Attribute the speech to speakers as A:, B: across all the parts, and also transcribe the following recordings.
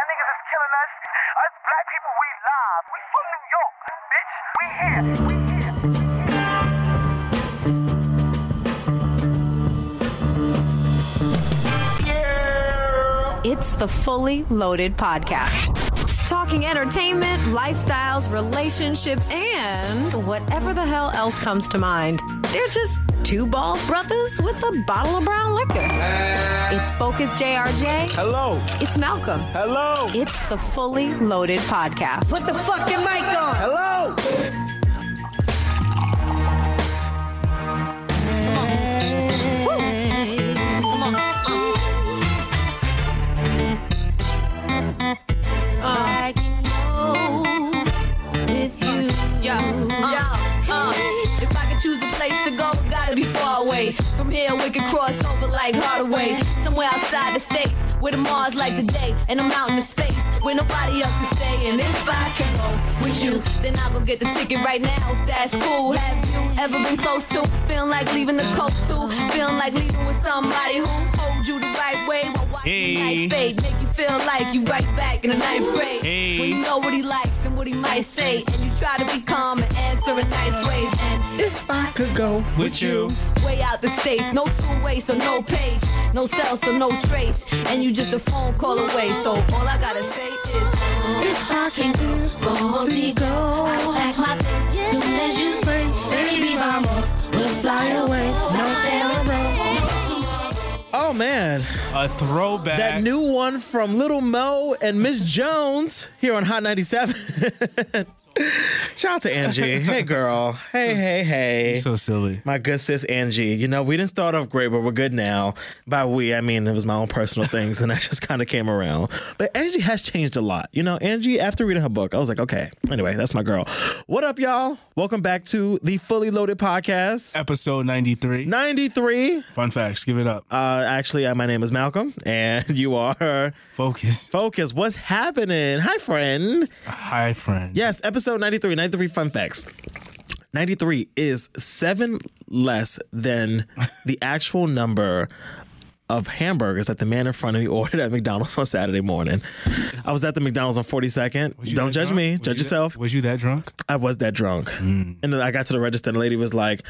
A: telling us, us black people, we live. We from New York, bitch. We here. We here.
B: It's the Fully Loaded Podcast. Talking entertainment, lifestyles, relationships, and whatever the hell else comes to mind. They're just two bald brothers with a bottle of brown liquor. It's Focus JRJ.
C: Hello.
B: It's Malcolm.
C: Hello.
B: It's the Fully Loaded Podcast.
D: Put the fucking mic on.
C: Hello.
E: I can go with you.
D: Yeah, yeah, uh. If I could choose a place to go, it gotta be far away. From here, we could cross over like Hardaway. Somewhere outside the states, where the Mars like the day, and I'm out in the space where nobody else can stay. And if I can go with you, then I'll go get the ticket right now. If that's cool, have you ever been close to feeling like leaving the coast too? Feeling like leaving with somebody who holds you the right way while watching
C: Hey.
D: life fade, make you feel like you right back in the ninth grade.
C: Hey.
D: When you know what he likes and what he might say, and you try to be calm and answer in nice ways. And
F: If I could go
C: With you.
D: way out the states, no two way, so no page, no cell, so no trace, and you just a phone call away. So all I gotta say is.
E: If I can go to go, I'll pack my things soon as you say, baby, vamos. We'll fly away, no tailing
F: Oh man,
G: A throwback.
F: that new one from Little Mo and Miss Jones here on Hot 97. Shout out to Angie. Hey girl. Hey, hey, hey.
G: So silly.
F: my good sis Angie, you know, we didn't start off great, but we're good now. By we, I mean it was my own personal things, and I just kind of came around. But Angie has changed a lot. You know, Angie, after reading her book, I was like, okay, anyway, that's my girl. What up, y'all? Welcome back to the Fully Loaded Podcast.
G: Episode 93.
F: 93.
G: Fun facts. Give it up.
F: Uh, actually, uh, my name is Malcolm, and you are
G: Focus.
F: Focus. What's happening? Hi, friend.
G: Hi, friend.
F: Yes, episode 93, 93 fun facts. 93 is seven less than the actual number of hamburgers that the man in front of me ordered at McDonald's on Saturday morning. I was at the McDonald's on 42nd.
G: You
F: Don't
G: that
F: judge
G: drunk?
F: me,
G: Was you
F: judge
G: that-
F: yourself.
G: was you that drunk? Mm.
F: I was that drunk. And then I got to the register and the lady was like,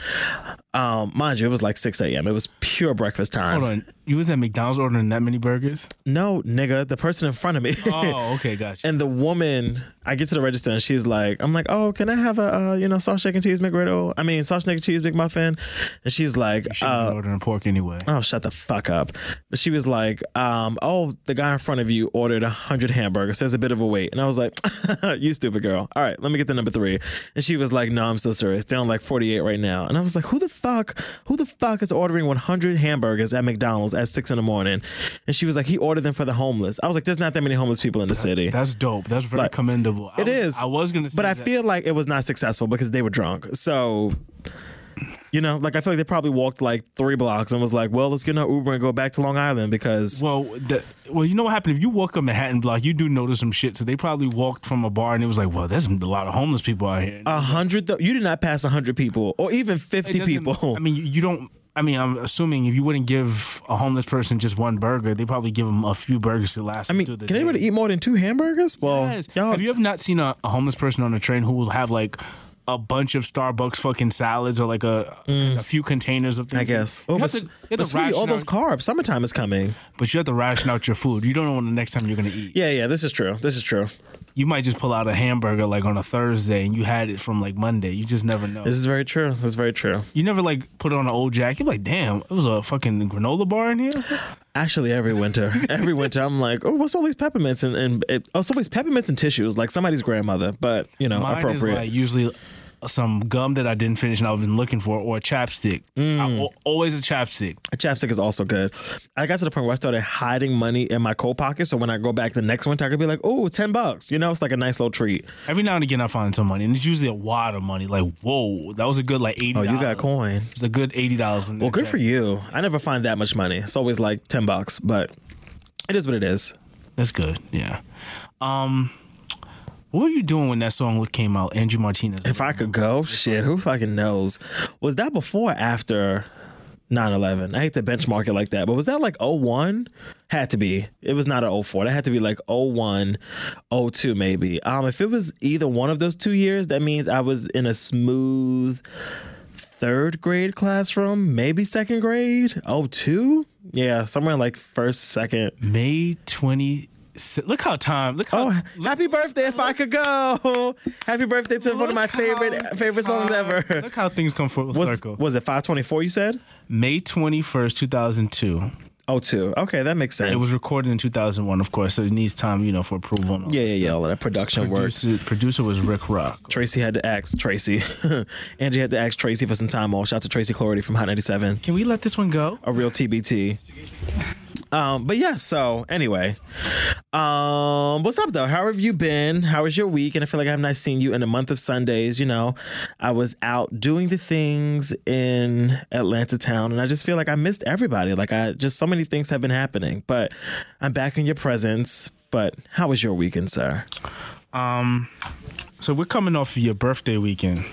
F: um, mind you, it was like 6 a.m. It was pure breakfast time.
G: Hold on. You was at McDonald's ordering that many burgers?
F: No, nigga, the person in front of me.
G: Oh, okay. Gotcha.
F: And uh, the woman, I get to the register and she's like, I'm like, oh, can I have a, uh, you know, sausage, egg, and cheese McGriddle? I mean, sausage, egg, and cheese McMuffin. And she's like,
G: Should have
F: uh,
G: been ordering pork anyway.
F: oh, shut the fuck up. But she was like, um, oh, the guy in front of you ordered 100 hamburgers. So there's a bit of a wait. And I was like, you stupid girl. All right, let me get the number three. And she was like, no, I'm so serious. Down like 48 right now. And I was like, who the fuck, who the fuck is ordering 100 hamburgers at McDonald's at six in the morning? And she was like, he ordered them for the homeless. I was like, there's not that many homeless people in the city.
G: That's dope. That's very
F: Like,
G: commendable. I
F: It
G: was,
F: is.
G: I was gonna say,
F: but I
G: that.
F: feel like it was not successful because they were drunk. So, you know, like I feel like they probably walked like three blocks and was like, "Well, let's get an Uber and go back to Long Island because."
G: Well, the, well, you know what happened? If you walk a Manhattan block, you do notice some shit. So they probably walked from a bar and it was like, well, there's a lot of homeless people out here.
F: A hundred, th- you did not pass a hundred people or even
G: It
F: fifty
G: doesn't-
F: people.
G: I mean, you- you don't. I mean, I'm assuming if you wouldn't give a homeless person just one burger, they probably give them a few burgers to last.
F: I mean,
G: through the
F: can
G: day.
F: anybody eat more than two hamburgers? Well,
G: Yes.
F: y'all,
G: Have you ever not seen a, a homeless person on a train who will have like a bunch of Starbucks fucking salads or like a a few containers of things?
F: Mm. I guess.
G: You
F: Oh,
G: have
F: but,
G: to,
F: s-
G: you have
F: but
G: to
F: sweetie, all
G: ration
F: those
G: out,
F: carbs. Summertime is coming.
G: but you have to ration out your food. You don't know when the next time you're gonna eat.
F: Yeah, yeah, this is true. This is true.
G: You might just pull out a hamburger like on a Thursday and you had it from like Monday. You just never know.
F: This is very true. This is very true.
G: you never like put on an old jacket. You're like, damn, it was a fucking granola bar in here. or something?
F: Actually, every winter, every winter, I'm like, oh, what's all these peppermints and, and it, oh, it's always peppermints and tissues, like somebody's grandmother, but you know,
G: Mine
F: appropriate.
G: is like usually some gum that I didn't finish and I've been looking for, or a chapstick. I-
F: Mm.
G: al- always a chapstick.
F: A chapstick is also good. I got to the point where I started hiding money in my coat pocket, so when I go back the next winter, I could be like, oh, 10 bucks. You know, it's like a nice little treat.
G: Every now and again, I find some money, and it's usually a wad of money. Like, whoa, that was a good like eighty.
F: Oh, you got coin.
G: It's a good eighty dollars. in
F: Well,
G: that
F: good for
G: jacket.
F: you. I never find that much money. It's always like 10 bucks, but it is what it is.
G: That's good. Yeah. Um, what were you doing when that song came out, Andrew Martinez?
F: If I could go, shit, who fucking knows? Was that before or after 9 11? I hate to benchmark it like that, but was that like 01? Had to be. It was not an 04. That had to be like 01, 02 maybe. Um, if it was either one of those two years, that means I was in a smooth third grade classroom, maybe second grade. 02? Yeah, somewhere like first, second.
G: May twenty. Look how time. Look how.
F: Oh, happy birthday if I could go. Happy birthday to one of my
G: look how
F: favorite favorite songs
G: time-
F: ever.
G: Look how things come full
F: Was,
G: circle.
F: was it 524 you said?
G: May twenty first, two thousand two.
F: Oh, two. Okay, that makes sense.
G: It was recorded in two thousand one, of course, so it needs time, you know, for approval. and all
F: yeah,
G: that
F: yeah, yeah. All of that production work.
G: Producer, producer was Rick Rock.
F: Tracy had to ask Tracy. Angie had to ask Tracy for some time off. Shout out to Tracy Clarity from Hot 97,
G: Can we let this one go?
F: a real TBT. Um, but yeah, so anyway, um, what's up though? How have you been? How was your week? And I feel like I have not seen you in a month of Sundays. You know, I was out doing the things in Atlanta town, and I just feel like I missed everybody. Like I just so many things have been happening, but I'm back in your presence. But how was your weekend, sir?
G: So we're coming off of your birthday weekend.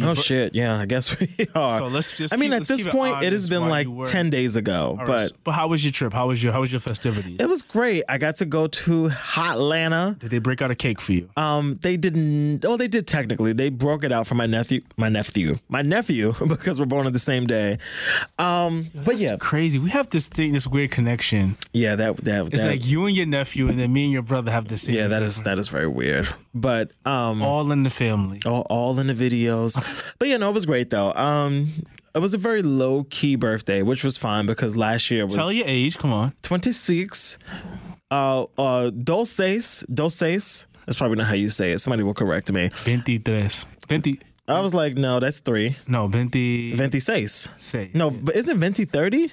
F: Oh shit! Yeah, I guess we are.
G: So let's just
F: I mean,
G: keep-
F: at
G: let's
F: this
G: keep it
F: point, it has
G: honest
F: been
G: while
F: like
G: you were-
F: ten days ago,
G: All right,
F: but
G: so- but how was your trip? How was your how was your festivities?
F: it was great. I got to go to Hotlanta.
G: Did they break out a cake for you?
F: Um, they didn't. Oh, they did technically. They broke it out for my nephew, my nephew, my nephew, because we're born on the same day. Um, but
G: That's
F: yeah,
G: crazy. We have this thing, this weird connection.
F: yeah, that that,
G: It's
F: that
G: like you and your nephew, and then me and your brother have the same.
F: yeah, that is that is very weird. But um,
G: all in the family.
F: all, all in the videos. but yeah, no, it was great though. Um, it was a very low key birthday, which was fine because last year was
G: Tell your age. Come on.
F: 26 uh uh dulces dulces that's probably not how you say it somebody will correct me
G: 23. 20.
F: i was like no that's three
G: No, 20.
F: ventiseis
G: Say.
F: no but isn't venti 30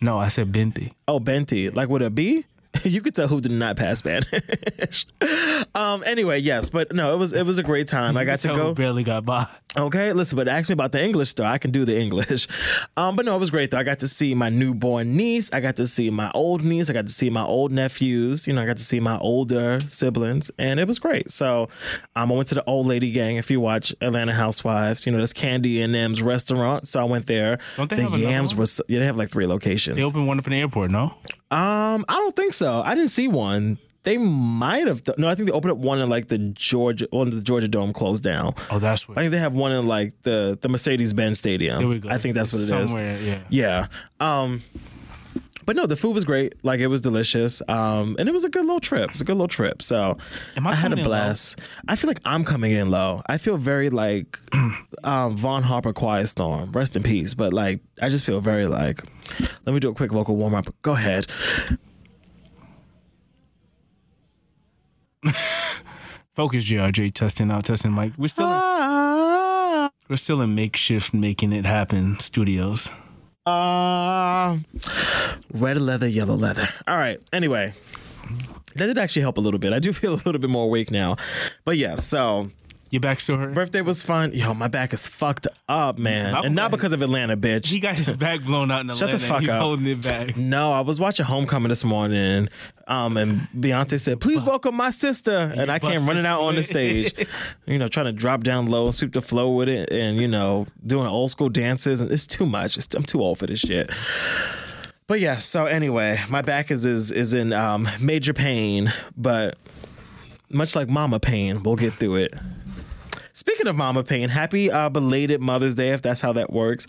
G: No, I said 20.
F: oh venti like with a b you could tell who did not pass spanish um anyway yes but no it was it was a great time i got to
G: So
F: go
G: barely got by.
F: Okay, listen, but ask me about the English though. I can do the English. Um, but no, it was great though. I got to see my newborn niece. I got to see my old niece. I got to see my old nephews. You know, I got to see my older siblings, and it was great. So um, I went to the old lady gang. If you watch Atlanta Housewives, you know, that's Candy and M's restaurant. So I went there.
G: Don't they
F: the
G: have another
F: yams
G: one?
F: were so, yeah, they have like three locations.
G: They opened one up in the airport, no?
F: Um, I don't think so. I didn't see one. They might have. Th- no, I think they opened up one in like the Georgia, one the Georgia Dome closed down.
G: Oh, that's
F: I think
G: what.
F: they have one in like the the Mercedes Benz Stadium.
G: There we go.
F: I think that's what it is.
G: Somewhere, yeah.
F: Yeah. Um, but no, the food was great. Like it was delicious. Um, and it was a good little trip. It's a good little trip. So
G: Am I
F: had a
G: coming in low?
F: blast. I feel like I'm coming in low. I feel very like um, Von Harper, Quiet Storm. Rest in peace. But like, I just feel very like. Let me do a quick vocal warm up. Go ahead.
G: Focus, JRJ, testing out, testing Mike. We're still in,
F: Ah,
G: we're still in makeshift making it happen studios.
F: ah. red leather, yellow leather. All right. Anyway, that did actually help a little bit. I do feel a little bit more awake now. But yeah, so
G: Your back still hurt.
F: birthday was fun. Yo, my back is fucked up, man. And not because of Atlanta, bitch.
G: He got his back blown out in Atlanta.
F: Shut the fuck
G: He's
F: up.
G: holding it back.
F: No, I was watching Homecoming this morning, um, and Beyonce said, "Please welcome my sister," and I came
G: bust
F: running
G: this
F: out on the stage, you know, trying to drop down low and sweep the floor with it, and you know, doing old school dances, and it's too much. It's, I'm too old for this shit. But yeah, so anyway, my back is is is in um, major pain, but much like Mama pain, we'll get through it. Speaking of mama pain, happy uh, belated Mother's Day, if that's how that works.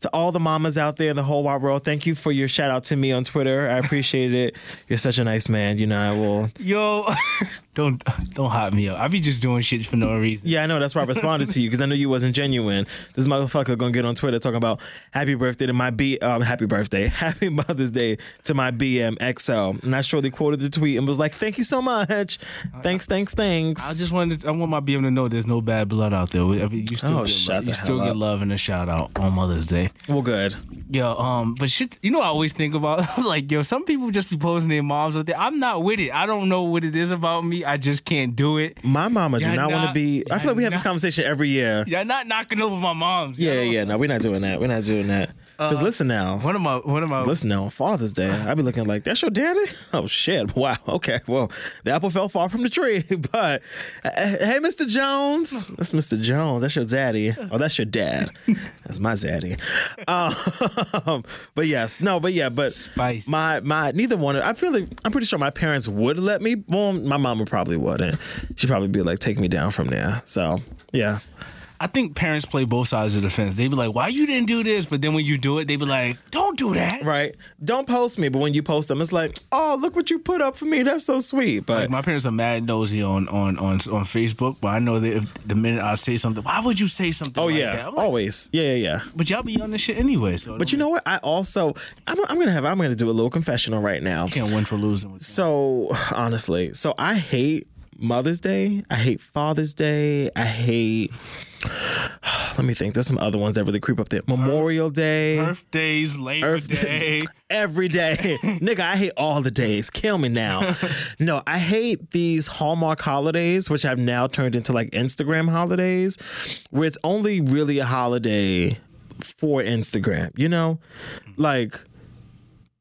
F: To all the mamas out there in the whole wide world, thank you for your shout out to me on Twitter. I appreciate it. You're such a nice man. You know, I will.
G: Yo, don't don't hot me up. I be just doing shit for no reason.
F: Yeah, I know. That's why I responded to you because I knew you wasn't genuine. This motherfucker gonna get on Twitter talking about happy birthday to my B. Um, happy birthday, happy Mother's Day to my BMXL. And I shortly quoted the tweet and was like, "Thank you so much. Thanks, thanks, thanks."
G: I just wanted. To, I want my BM to know there's no bad blood out there. I mean, you still
F: Oh,
G: get
F: shut
G: love.
F: the
G: you still
F: hell
G: get
F: up.
G: love and a shout out on Mother's Day.
F: well, good.
G: Yo, um, but shit, you know I always think about like yo, some people just be posing their moms with it. I'm not with it. I don't know what it is about me. I just can't do it.
F: My mama do
G: You're
F: not want to
G: not-
F: be. I feel like
G: you're
F: we have this
G: not-
F: conversation every year.
G: Y'all not knocking over my moms.
F: Yeah,
G: yo.
F: yeah, no, we're not doing that. We're not doing that. Because listen now.
G: One of my one of my
F: Listen now, on Father's Day, I'd be looking like, that's your daddy? Oh, shit. Wow. Okay. Well, the apple fell far from the tree. But, uh, hey, Mr. Jones. That's Mr. Jones. That's your daddy. Oh, that's your dad. That's my daddy. Um, but yes. No, but yeah, but
G: Spice.
F: my, my, neither one, I feel like, I'm pretty sure my parents would let me. Well, my mama probably wouldn't. She'd probably be like, take me down from there. So, yeah.
G: I think parents play both sides of the fence. They be like, "Why you didn't do this?" But then when you do it, they be like, "Don't do that."
F: Right. Don't post me, but when you post them, it's like, oh, look what you put up for me. That's so sweet. But
G: Like my parents are mad nosy on on on on Facebook, but I know that if the minute I say something, why would you say something?
F: Oh
G: like
F: yeah,
G: that? I'm like,
F: always. Yeah, yeah, yeah.
G: But y'all be on this shit anyway. So
F: But you know what? I also I'm, I'm gonna have I'm gonna do a little confessional right now.
G: can't win for losing. With that.
F: So honestly, so I hate Mother's Day. I hate Father's Day. I hate. Let me think. There's some other ones that really creep up there. Memorial Day.
G: Birthdays, Labor
F: Earth
G: Day.
F: every day. Nigga, I hate all the days. Kill me now. no, I hate these Hallmark holidays, which I've now turned into like Instagram holidays, where it's only really a holiday for Instagram, you know? Like,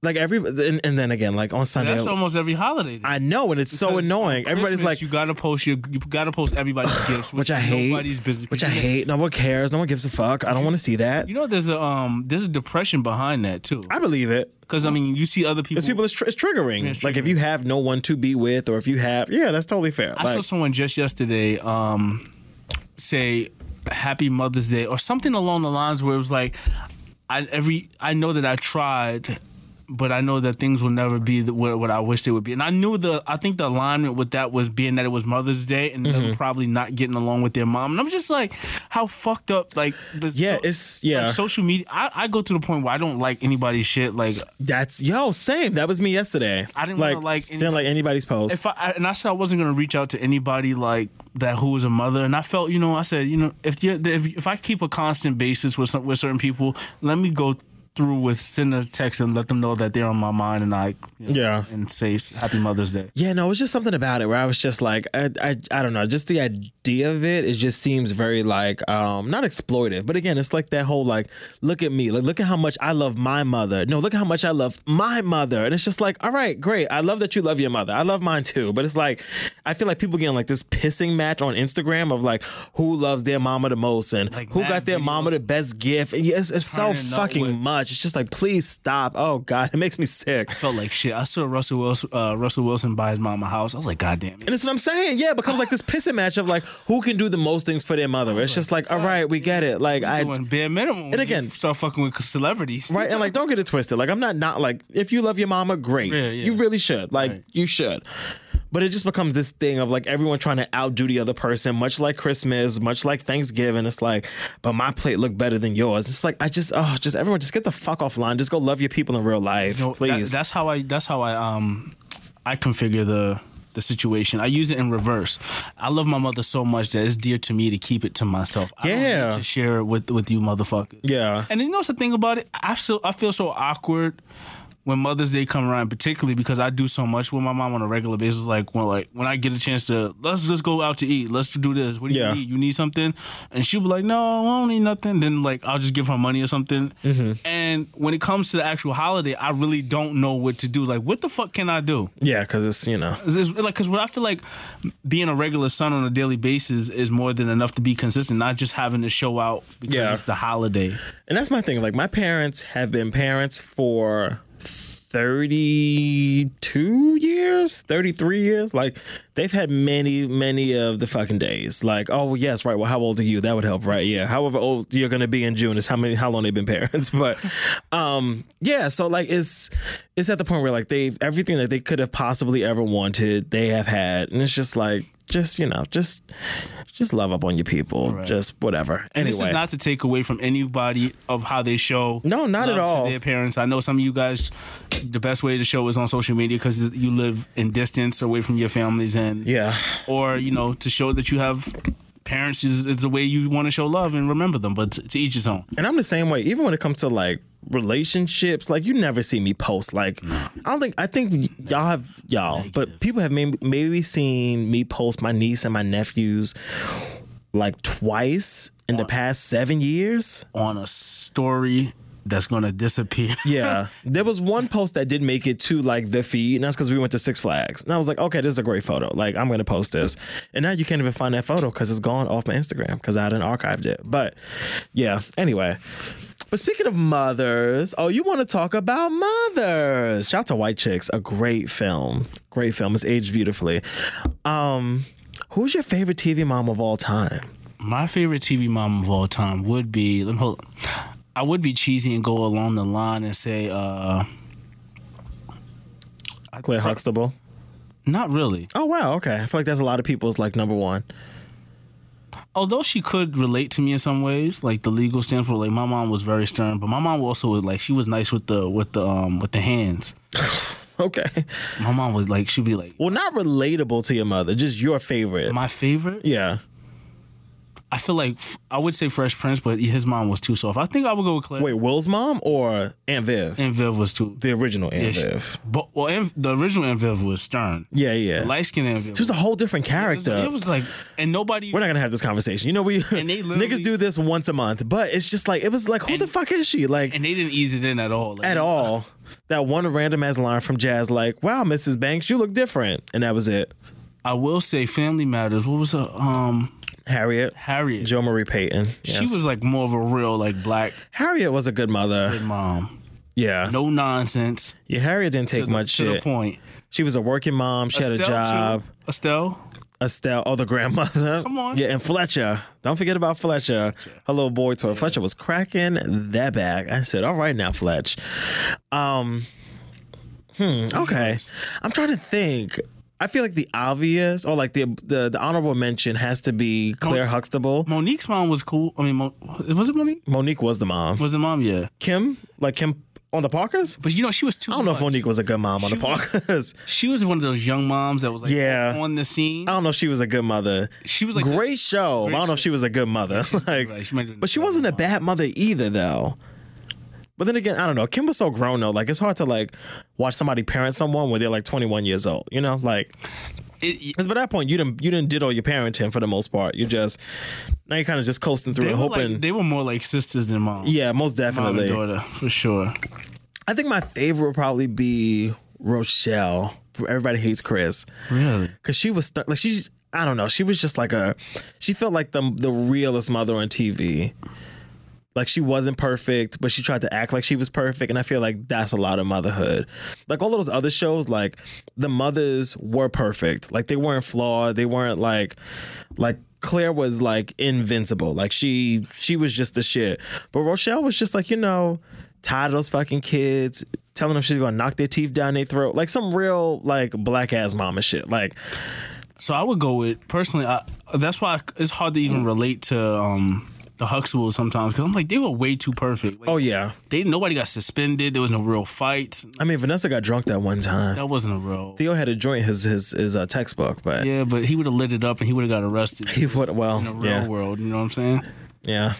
F: like every, and, and then again, like on Sunday.
G: That's almost every holiday.
F: I know, and it's so
G: Because
F: annoying.
G: on
F: Everybody's
G: Christmas,
F: like,
G: you gotta post your, you gotta post everybody's gifts,
F: which
G: which,
F: I
G: is
F: hate.
G: nobody's business.
F: Which I
G: You know-
F: hate. No one cares. No one gives a fuck. I don't want to see that.
G: You know, there's a um, there's a depression behind that too.
F: I believe it.
G: Because I mean, you see other people.
F: It's people. It's, tr- it's triggering.
G: Mm. it's
F: Like if you have no one to be with, or if you have, yeah, that's totally fair.
G: I
F: like,
G: saw someone just yesterday um, say Happy Mother's Day or something along the lines where it was like, I every I know that I tried, but I know that things will never be the, what, what I wish they would be. And I knew the I think the alignment with that was being that it was Mother's Day and
F: Mm-hmm.
G: them probably not getting along with their mom. And I'm just like, how fucked up like the
F: Yeah, it's-
G: like,
F: yeah.
G: social media. I, I go to the point where I don't like anybody's shit. Like
F: That's yo, same. That was me yesterday.
G: I didn't
F: like
G: wanna like any-
F: didn't like anybody's post.
G: if I, I- and I said I wasn't gonna reach out to anybody like that who was a mother, and I felt you know I said you know if you if, if I keep a constant basis with some, with certain people, let me go through with send a text and let them know that they're on my mind, and I you know,
F: Yeah.
G: and say s- Happy Mother's Day.
F: yeah, no, it was just something about it where I was just like, I, I, I don't know, just the idea of it. It just seems very like, um, not exploitive, but again, it's like that whole like, look at me, like look at how much I love my mother. No, look at how much I love my mother, and it's just like, all right, great, I love that you love your mother. I love mine too, but it's like, I feel like people getting like this pissing match on Instagram of like who loves their mama the most and
G: Like
F: who
G: mad
F: got their mama
G: videos.
F: the best gift. And yes, it's so
G: Turning up with-
F: fucking much. It's just like, please stop. Oh God, it makes me sick.
G: I felt like shit. I saw Russell Wilson uh, Russell Wilson buy his mom a house. I was like, God damn it.
F: And that's what I'm saying. Yeah, it becomes like this pissing match of like who can do the most things for their mother. It's just like, all right, we get it. Like I
G: Doing bare minimum. when you
F: again-
G: start fucking with celebrities,
F: right and like don't get it twisted. Like I'm not not like if you love your mama, great.
G: Yeah, yeah.
F: You really should. Like
G: Right.
F: you should. But it just becomes this thing of like everyone trying to outdo the other person, much like Christmas, much like Thanksgiving. It's like, but my plate looked better than yours. It's like I just oh just everyone just get the fuck offline. Just go love your people in real life,
G: No, that-
F: please.
G: that's how I. That's how I. Um, I configure the the situation. I use it in reverse. I love my mother so much that it's dear to me to keep it to myself. I don't need
F: Yeah.
G: to share it with with you, motherfuckers.
F: yeah.
G: And then you know what's the thing about it? I still I feel so awkward when Mother's Day come around, particularly because I do so much with my mom on a regular basis. Like when like when I get a chance to let's let's go out to eat, let's do this. What do
F: Yeah.
G: you need? You need something? And she'll be like, No, I don't need nothing. Then like I'll just give her money or something.
F: Mm-hmm.
G: And when it comes to the actual holiday, I really don't know what to do. Like what the fuck can I do?
F: Yeah, because it's you know.
G: It's- it's like, cause what I feel like being a regular son on a daily basis is more than enough to be consistent. Not just having to show out because
F: Yeah.
G: it's the holiday.
F: And that's my thing. Like my parents have been parents for 32 years, 33 years. Like they've had many, many of the fucking days. Like, oh yes, right. Well, how old are you? That would help, right? Yeah. However old you're gonna be in June is how many how long they've been parents. But um yeah, so like it's it's at the point where like they've everything that they could have possibly ever wanted, they have had. And it's just like just you know, just just love up on your people. Just whatever.
G: And
F: Anyway.
G: this is not to take away from anybody of how they show.
F: No, not at
G: love
F: all.
G: To their parents, I know some of you guys. The best way to show is on social media because you live in distance away from your families, and
F: yeah.
G: or you know to show that you have parents is, is the way you want to show love and remember them. But to, to each his own.
F: And I'm the same way, even when it comes to like relationships, like you never see me post. Like, I don't think, I think y- y'all have, y'all, but people have maybe, maybe seen me post my niece and my nephews like twice in the past seven years.
G: On a story that's gonna disappear.
F: Yeah. There was one post that did make it to like the feed, and that's because we went to Six Flags. And I was like, okay, this is a great photo. Like, I'm going to post this. And now you can't even find that photo because it's gone off my Instagram because I hadn't archived it. But yeah, anyway. But speaking of mothers, oh, you want to talk about mothers. Shout out to White Chicks, a great film. Great film. It's aged beautifully. Um, who's your favorite TV mom of all time?
G: My favorite TV mom of all time would be. Let me hold. I would be cheesy and go along the line and say, uh,
F: Claire Huxtable.
G: not really.
F: Oh wow, okay. I feel like that's a lot of people's like number one.
G: Although she could relate to me in some ways, like the legal standpoint. Like my mom was very stern, but my mom also was like she was nice with the with the um with the hands.
F: Okay.
G: My mom was like she'd be like
F: Well, not relatable to your mother, just your favorite.
G: my favorite.
F: yeah.
G: I feel like f- I would say Fresh Prince, but his mom was too soft. I think I would go with Claire.
F: Wait, Will's mom or Aunt Viv?
G: and Viv was too.
F: the original Aunt
G: she-
F: Viv.
G: But well, and the original and Viv was stern.
F: Yeah, yeah.
G: Light skinned and Viv.
F: she was a whole different
G: it was,
F: character.
G: it was like and nobody.
F: We're not gonna have this conversation. You know, we
G: And they literally-
F: niggas do this once a month, but it's just like it was like, who the fuck is she? Like
G: and uh, they didn't ease it in at all. Like,
F: at all. That one random ass line from Jazz, like, "Wow, Mrs. Banks, you look different," and that was it.
G: I will say Family Matters. What was her? Um,
F: Harriet,
G: Harriet.
F: Joe Marie Payton. Yes.
G: She was like more of a real like black
F: Harriet was a good mother.
G: mom.
F: Yeah,
G: No nonsense.
F: yeah. Harriet didn't take
G: To, the,
F: much
G: to the
F: shit.
G: point.
F: She was a working mom. She had a job.
G: Too. Estelle.
F: Estelle, oh, the grandmother.
G: Come on.
F: Yeah, and Fletcher. Don't forget about Fletcher. Her little boy toy. Fletcher was cracking that bag. I said, all right now, Fletch. Um, hmm, okay. I'm trying to think. I feel like the obvious or like the the, the honorable mention has to be Claire Huxtable.
G: Monique's mom was cool. I mean, Mo- was it Monique?
F: Monique was the mom.
G: Was the mom? Yeah.
F: Kim? Like Kim on the Parkers?
G: But you know, she was too.
F: I don't know if
G: much.
F: Monique was a good mom on the Parkers.
G: She was one of those young moms that was like
F: Yeah.
G: on the scene.
F: I don't know if she was a good mother.
G: She was like
F: great show. but I don't know if she was a good mother. like,
G: Right, she might have been
F: but she
G: a bad
F: wasn't a bad mother either, though. But then again, I don't know. Kim was so grown though. Like it's hard to like watch somebody parent someone when they're like 21 years old. You know, like
G: It,
F: because by that point you didn't you didn't did all your parenting for the most part. You just now you're kind of just coasting through
G: they,
F: and
G: were
F: hoping.
G: like, they were more like sisters than moms.
F: yeah, most
G: Mom and
F: definitely.
G: daughter, for sure.
F: I think my favorite would probably be Rochelle. Everybody hates Chris.
G: Really?
F: because Mm-hmm. she was stuck. Like she's, I don't know. She was just like a, she felt like the the realest mother on TV. Like she wasn't perfect, but she tried to act like she was perfect, and I feel like that's a lot of motherhood. Like all those other shows, like the mothers were perfect. Like they weren't flawed. They weren't like, like Claire was like invincible. Like she she was just the shit. But Rochelle was just like you know, tired of those fucking kids, telling them she's gonna knock their teeth down their throat. Like some real like black ass mama shit. Like
G: So I would go with personally. I, that's why it's hard to
F: Mm.
G: even relate to um, the Huxtables sometimes because I'm like they were way too perfect. Like,
F: Oh yeah.
G: they nobody got suspended. There was no real fights.
F: I mean, Vanessa got drunk that one time.
G: That wasn't a real.
F: Theo had to joint his his his uh, textbook, but
G: Yeah, but he would have lit it up and he would have got arrested.
F: he would well,
G: in the real
F: yeah,
G: world, you know what I'm saying?
F: yeah.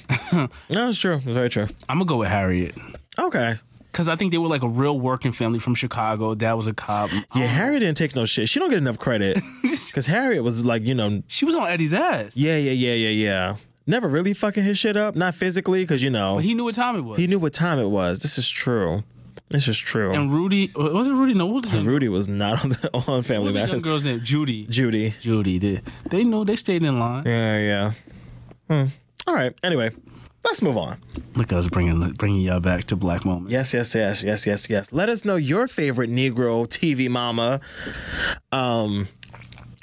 F: no, it's true. It's very true.
G: I'm gonna go with Harriet
F: Okay.
G: because I think they were like a real working family from Chicago. Dad was a cop.
F: Yeah, Harriet didn't take no shit. She don't get enough credit because Harriet was like, you know,
G: She was on Eddie's ass.
F: yeah, yeah, yeah, yeah, yeah. Never really fucking his shit up, not physically, because you know
G: But he knew what time it was.
F: he knew what time it was. This is true. This is true.
G: and Rudy uh, was it Rudy? No, what was the young-
F: Rudy was not on the on
G: what
F: Family
G: was the young
F: Matters.
G: girl's name? Judy.
F: Judy.
G: Judy. They, they knew. They stayed in line.
F: Yeah, yeah. Hmm. All right. Anyway, let's move on.
G: Look, I was bringing bringing y'all back to black moments.
F: Yes, yes, yes, yes, yes, yes. Let us know your favorite Negro TV mama. Um,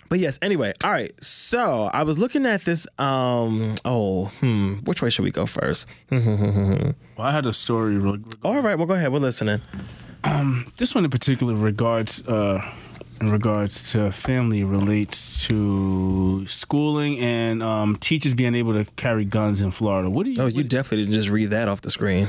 F: but yes, anyway, all right. So I was looking at this. Um, oh, hmm, which way should we go first?
G: Well, I had a story. Reg-
F: All right, well, go ahead. We're listening.
G: this one in particular regards uh, in regards to family relates to schooling and um, teachers being able to carry guns in Florida. What do you?
F: Oh, you definitely didn't just read that off the screen.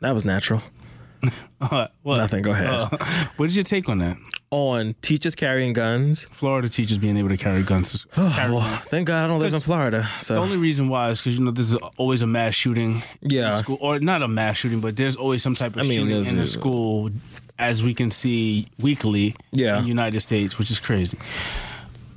F: That was natural.
G: what,
F: Oh,
G: Uh,
F: Nothing. Go ahead.
G: What is your take on that?
F: On teachers carrying guns.
G: Florida teachers being able to carry guns. To, carry
F: Well,
G: guns.
F: thank God I don't live in Florida.
G: Oh, The
F: So
G: only reason why is because you know there's always a mass shooting.
F: Yeah.
G: In school, or not a mass shooting, but there's always some type of
F: I mean,
G: shooting
F: there's
G: in the
F: a-
G: school, as we can see weekly.
F: Yeah.
G: In the United States, which is crazy.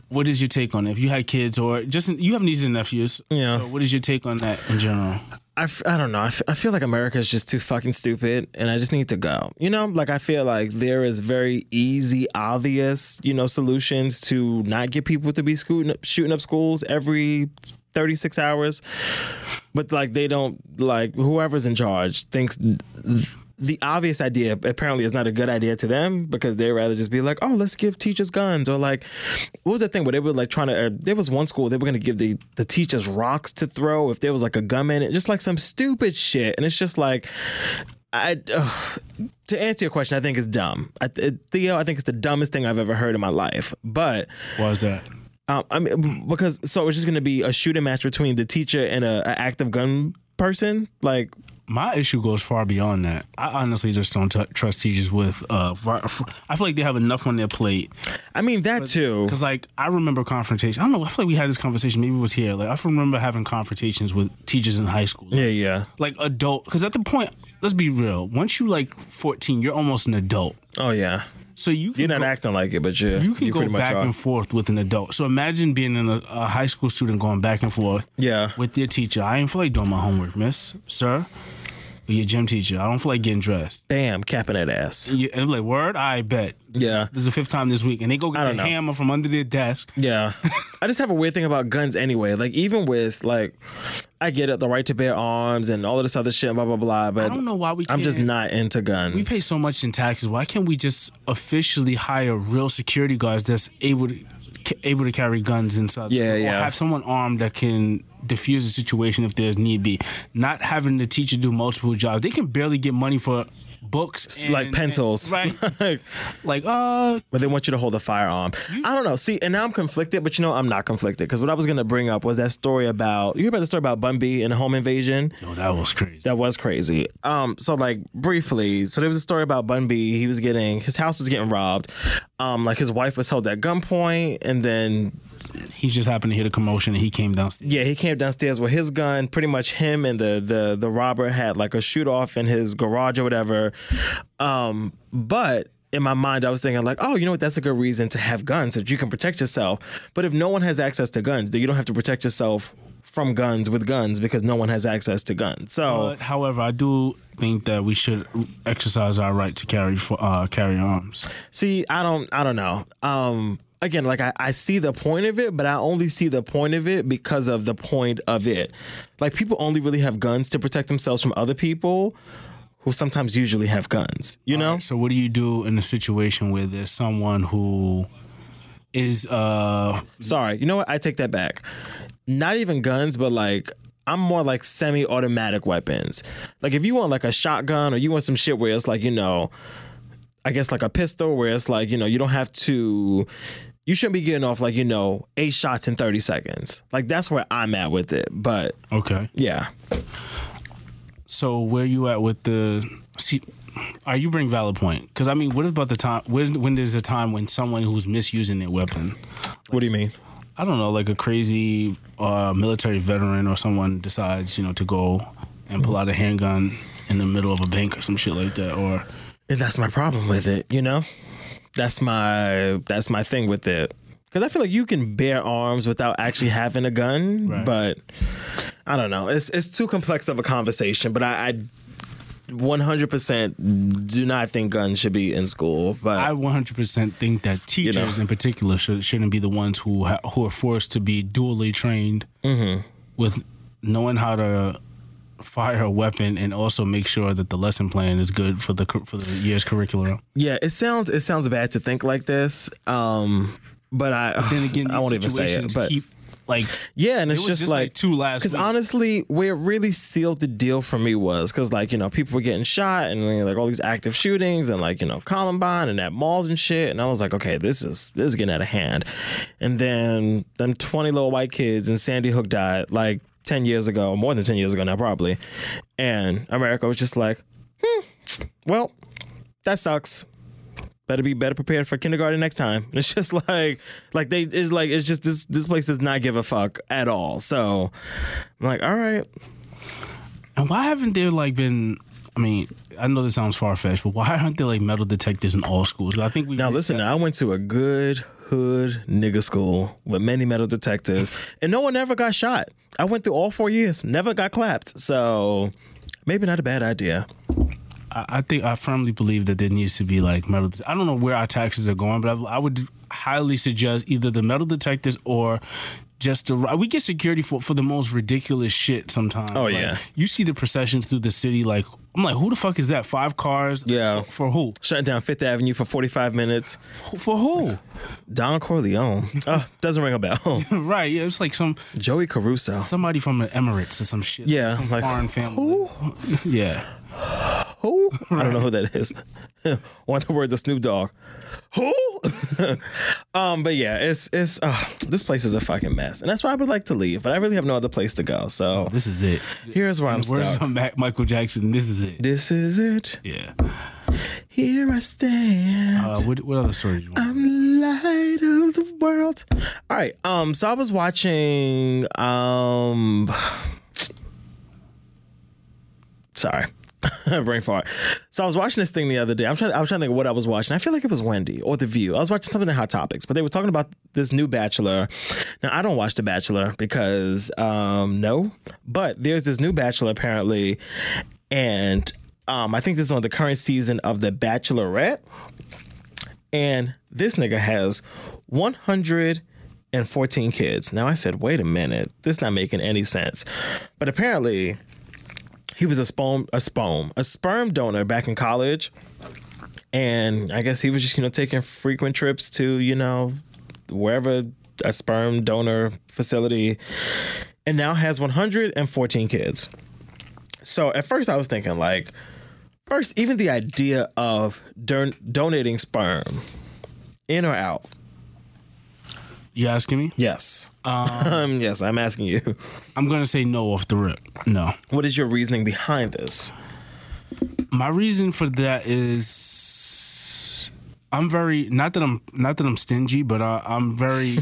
G: What is your take on it? If you had kids or just you have nieces and nephews,
F: Yeah.
G: So what is your take on that in general?
F: I, f- I don't know. I, f- I feel like America is just too fucking stupid and I just need to go. You know, like I feel like there is very easy, obvious, you know, solutions to not get people to be scooting up, shooting up schools every 36 hours. But like they don't, like whoever's in charge thinks th- the obvious idea apparently is not a good idea to them because they'd rather just be like, oh, let's give teachers guns. Or like, what was that thing where they were like trying to, uh, there was one school they were going to give the, the teachers rocks to throw if there was like a gun in it, just like some stupid shit. And it's just like, I, ugh. to answer your question, I think it's dumb. I, it, Theo, I think it's the dumbest thing I've ever heard in my life. But
G: Why is that?
F: um, I mean, because so it's just going to be a shooting match between the teacher and a, a active gun person. Like,
G: My issue goes far beyond that. I honestly just don't t- trust teachers with. Uh, var- I feel like they have enough on their plate.
F: I mean that too.
G: Because like I remember confrontation. I don't know. I feel like we had this conversation. Maybe it was here. Like I remember having confrontations with teachers in high school.
F: Yeah, yeah.
G: Like adult. Because at the point, let's be real. Once you like 14, you're almost an adult.
F: Oh yeah.
G: So you can
F: You're not
G: go-
F: acting like it, but yeah,
G: You can go
F: pretty much
G: back
F: are.
G: and forth with an adult. So imagine being in a, a high school student going back and forth
F: Yeah.
G: with their teacher. I ain't feel like doing my homework, miss, sir, or your gym teacher. I don't feel like getting dressed.
F: Bam, capping that ass.
G: And you- and I'm like, word, I bet.
F: Yeah.
G: This is the fifth time this week. And they go
F: I
G: get
F: don't
G: the
F: know.
G: hammer from under their desk.
F: Yeah. I just have a weird thing about guns anyway. Like even with like I get it, the right to bear arms and all of this other shit, blah blah blah. But
G: don't know why we
F: I'm just
G: can't-
F: not into guns.
G: We pay so much in taxes. Why can't we just officially hire real security guards that's able to ca- able to carry guns inside? the
F: Yeah,
G: school?
F: yeah.
G: Or have someone armed that can defuse the situation if there's need be. Not having the teacher do multiple jobs. They can barely get money for books,
F: It's like
G: and-
F: pencils.
G: and- right?
F: Like,
G: like, uh,
F: but they want you to hold a firearm. I don't know. See, and now I'm conflicted, but you know I'm not conflicted because what I was gonna bring up was that story about you heard about the story about Bun B and the home invasion.
G: yo, that was crazy.
F: That was crazy. Um, so like briefly, so there was a story about Bun B. He was getting his house was getting robbed. Um, like his wife was held at gunpoint, and then
G: he just happened to hear the commotion and he came downstairs.
F: yeah, he came downstairs with his gun. Pretty much him and the the the robber had like a shoot off in his garage or whatever. Um, but in my mind, I was thinking like, oh, you know what? That's a good reason to have guns so that you can protect yourself. But if no one has access to guns, then you don't have to protect yourself from guns with guns because no one has access to guns. So
G: But, however, I do think that we should exercise our right to carry for, uh, carry arms.
F: See, I don't I don't know. Um again, like I, I see the point of it, but I only see the point of it because of the point of it. Like people only really have guns to protect themselves from other people who sometimes usually have guns. You know?
G: So what do you do in a situation where there's someone who is uh
F: Sorry. You know what? I take that back. Not even guns, but like I'm more like semi-automatic weapons. Like if you want like a shotgun or you want some shit where it's like, you know, I guess like a pistol where it's like, you know, you don't have to you shouldn't be getting off like, you know, eight shots in 30 seconds. Like that's where I'm at with it. But
G: okay.
F: yeah.
G: So where you at with the see are you bring valid point? Because I mean, what about the time when when there's a time when someone who's misusing their weapon,
F: What do you mean?
G: I don't know, like a crazy uh, military veteran or someone decides you know to go and pull out a handgun in the middle of a bank or some shit like that, or
F: And that's my problem with it, you know? That's my that's my thing with it. Cause I feel like you can bear arms without actually having a gun,
G: Right.
F: but I don't know. It's it's too complex of a conversation, but I, I 100% do not think guns should be in school. But
G: I 100% think that teachers in particular should, shouldn't be the ones who ha- who are forced to be dually trained
F: Mm-hmm.
G: with knowing how to fire a weapon and also make sure that the lesson plan is good for the cur- for the year's curriculum.
F: Yeah, it sounds it sounds bad to think like this. Um but I
G: Then again,
F: I
G: these
F: won't even say it.
G: situations
F: But
G: keep like
F: yeah, and
G: it
F: it's
G: was
F: just,
G: just
F: like,
G: like two last
F: Because
G: week.
F: honestly, where it really sealed the deal for me was because like you know people were getting shot and like all these active shootings and like you know Columbine and at malls and shit, and I was like, okay, this is this is getting out of hand. And then them twenty little white kids in Sandy Hook died like ten years ago, more than ten years ago now probably, and America was just like, hmm, well, that sucks better be better prepared for kindergarten next time. And it's just like, like they, it's like, it's just this, this place does not give a fuck at all. So I'm like, all right,
G: and why haven't there like been I mean, I know this sounds far fetched, but why aren't there like metal detectors in all schools? I think we
F: now listen, now I went to a good hood nigga school with many metal detectors, and no one ever got shot. I went through all four years, never got clapped. So maybe not a bad idea.
G: I, I think I firmly believe that there needs to be like metal. Det- I don't know where our taxes are going, but I, I would highly suggest either the metal detectors or just the ri- we get security for for the most ridiculous shit sometimes.
F: Oh,
G: Like,
F: yeah.
G: you see the processions through the city. Like I'm like, who the fuck is that? Five cars.
F: Yeah.
G: for, for who?
F: Shutting down Fifth Avenue for 45 minutes.
G: For who?
F: Don Corleone. Oh, doesn't ring a bell.
G: right. Yeah, it's like some
F: Joey Caruso.
G: somebody from the Emirates or some shit.
F: Yeah,
G: some
F: like,
G: foreign family. yeah.
F: Who? I don't know who that is. One of the words of Snoop Dogg. Who? um, but yeah, it's it's uh, this place is a fucking mess, and that's why I would like to leave. But I really have no other place to go. So
G: This is it.
F: here's where I'm
G: Where's
F: stuck.
G: Ma- Michael Jackson? This is it.
F: This is it.
G: Yeah.
F: Here I stand.
G: Uh, what, what other story do you want?
F: I'm the light of the world. All right. Um. So I was watching. Um. Sorry. Brain fart. So I was watching this thing the other day. I'm trying. I was trying to think of what I was watching. I feel like it was Wendy or The View. I was watching something in Hot Topics, but they were talking about this new Bachelor. Now I don't watch The Bachelor because um no, but there's this new Bachelor apparently, and um I think this is on the current season of The Bachelorette and this nigga has 114 kids. Now I said, wait a minute, this not making any sense. But apparently, he was a sperm, a sperm, a sperm donor back in college, and I guess he was just you know taking frequent trips to you know wherever a sperm donor facility, and now has 114 kids. So at first I was thinking like. First, even the idea of don- donating sperm, in or out?
G: You asking me?
F: Yes. Um, yes, I'm asking you.
G: I'm gonna say no off the rip. No.
F: What is your reasoning behind this?
G: My reason for that is I'm very not that I'm not that I'm stingy, but I, I'm very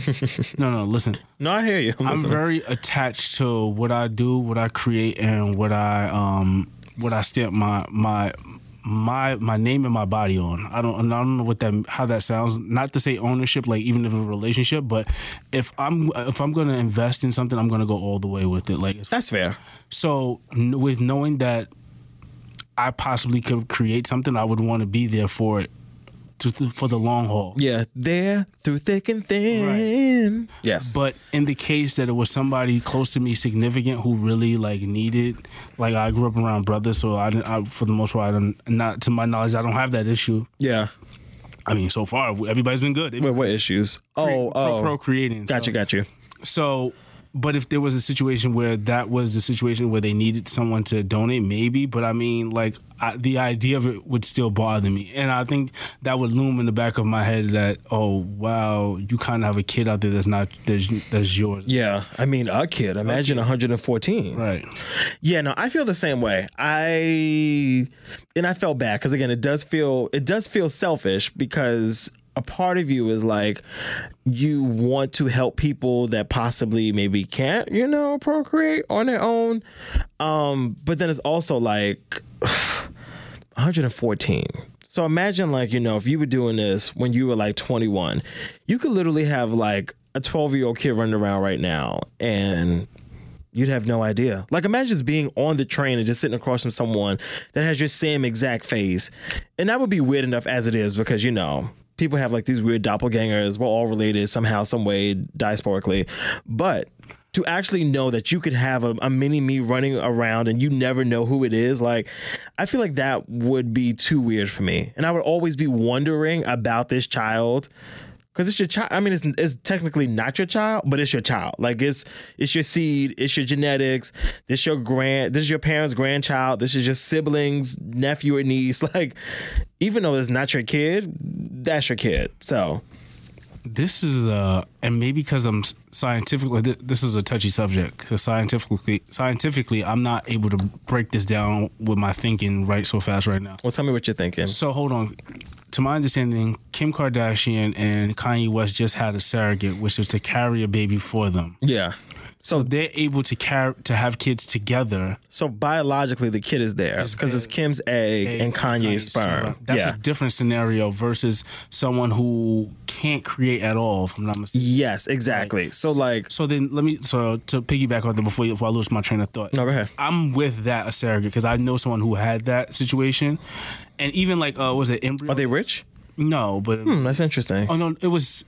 G: no no listen.
F: No, I hear you.
G: I'm
F: listening.
G: very attached to what I do, what I create, and what I um what I stamp my my my my name and my body on. I don't and I don't know what that how that sounds. Not to say ownership, like even if a relationship, but if I'm if I'm gonna invest in something, I'm gonna go all the way with it. Like it's
F: That's fair.
G: so n- with knowing that I possibly could create something, I would want to be there for it to, to- for the long haul.
F: Yeah, there through thick and thin. Yes,
G: But in the case that it was somebody close to me, significant, who really like needed, like I grew up around brothers, so I, didn't, I for the most part, I don't, not to my knowledge, I don't have that issue.
F: yeah.
G: I mean, so far everybody's been good. They've
F: Wait,
G: been
F: what issues?
G: pro-
F: Oh, oh.
G: procreating.
F: Got
G: so.
F: you, got you.
G: So, but if there was a situation where that was the situation where they needed someone to donate, maybe. But I mean, like I, the idea of it would still bother me, and I think that would loom in the back of my head that oh wow, you kind of have a kid out there that's not that's, that's yours.
F: Yeah, I mean, a kid. Imagine 114.
G: Right.
F: Yeah, no, I feel the same way. I and I felt bad because again, it does feel it does feel selfish because a part of you is like you want to help people that possibly maybe can't, you know, procreate on their own. Um, but then it's also like 114. So imagine like, you know, if you were doing this when you were like 21, you could literally have like a 12-year-old kid running around right now and you'd have no idea. Like imagine just being on the train and just sitting across from someone that has your same exact face. And that would be weird enough as it is because you know, people have like these weird doppelgangers. We're all related somehow, some way, diasporically. But to actually know that you could have a, a mini me running around and you never know who it is, like I feel like that would be too weird for me. And I would always be wondering about this child because it's your child. I mean, it's it's technically not your child, but it's your child. Like it's it's your seed, it's your genetics, this your grand, this is your parents' grandchild, this is your siblings, nephew or niece. Like, even though it's not your kid, that's your kid. So
G: This is uh, and maybe because I'm s- scientifically, th- this is a touchy subject. 'cause scientifically, scientifically, I'm not able to break this down with my thinking right so fast right now.
F: well, tell me what you're thinking.
G: So hold on. to my understanding, Kim Kardashian and Kanye West just had a surrogate, which was to carry a baby for them.
F: Yeah. So
G: They're able to car- to have kids together.
F: so biologically the kid is there because it's Kim's egg, and Kanye's, sperm.
G: That's
F: yeah.
G: a different scenario versus someone who can't create at all. If I'm not mistaken.
F: yes, exactly. So like
G: So then let me so to piggyback on that before, you- before I lose my train of thought.
F: No, go ahead.
G: I'm with that a surrogate because I know someone who had that situation, and even like uh, was it embryo?
F: are they rich?
G: no, but
F: Hmm, that's interesting.
G: oh no, it was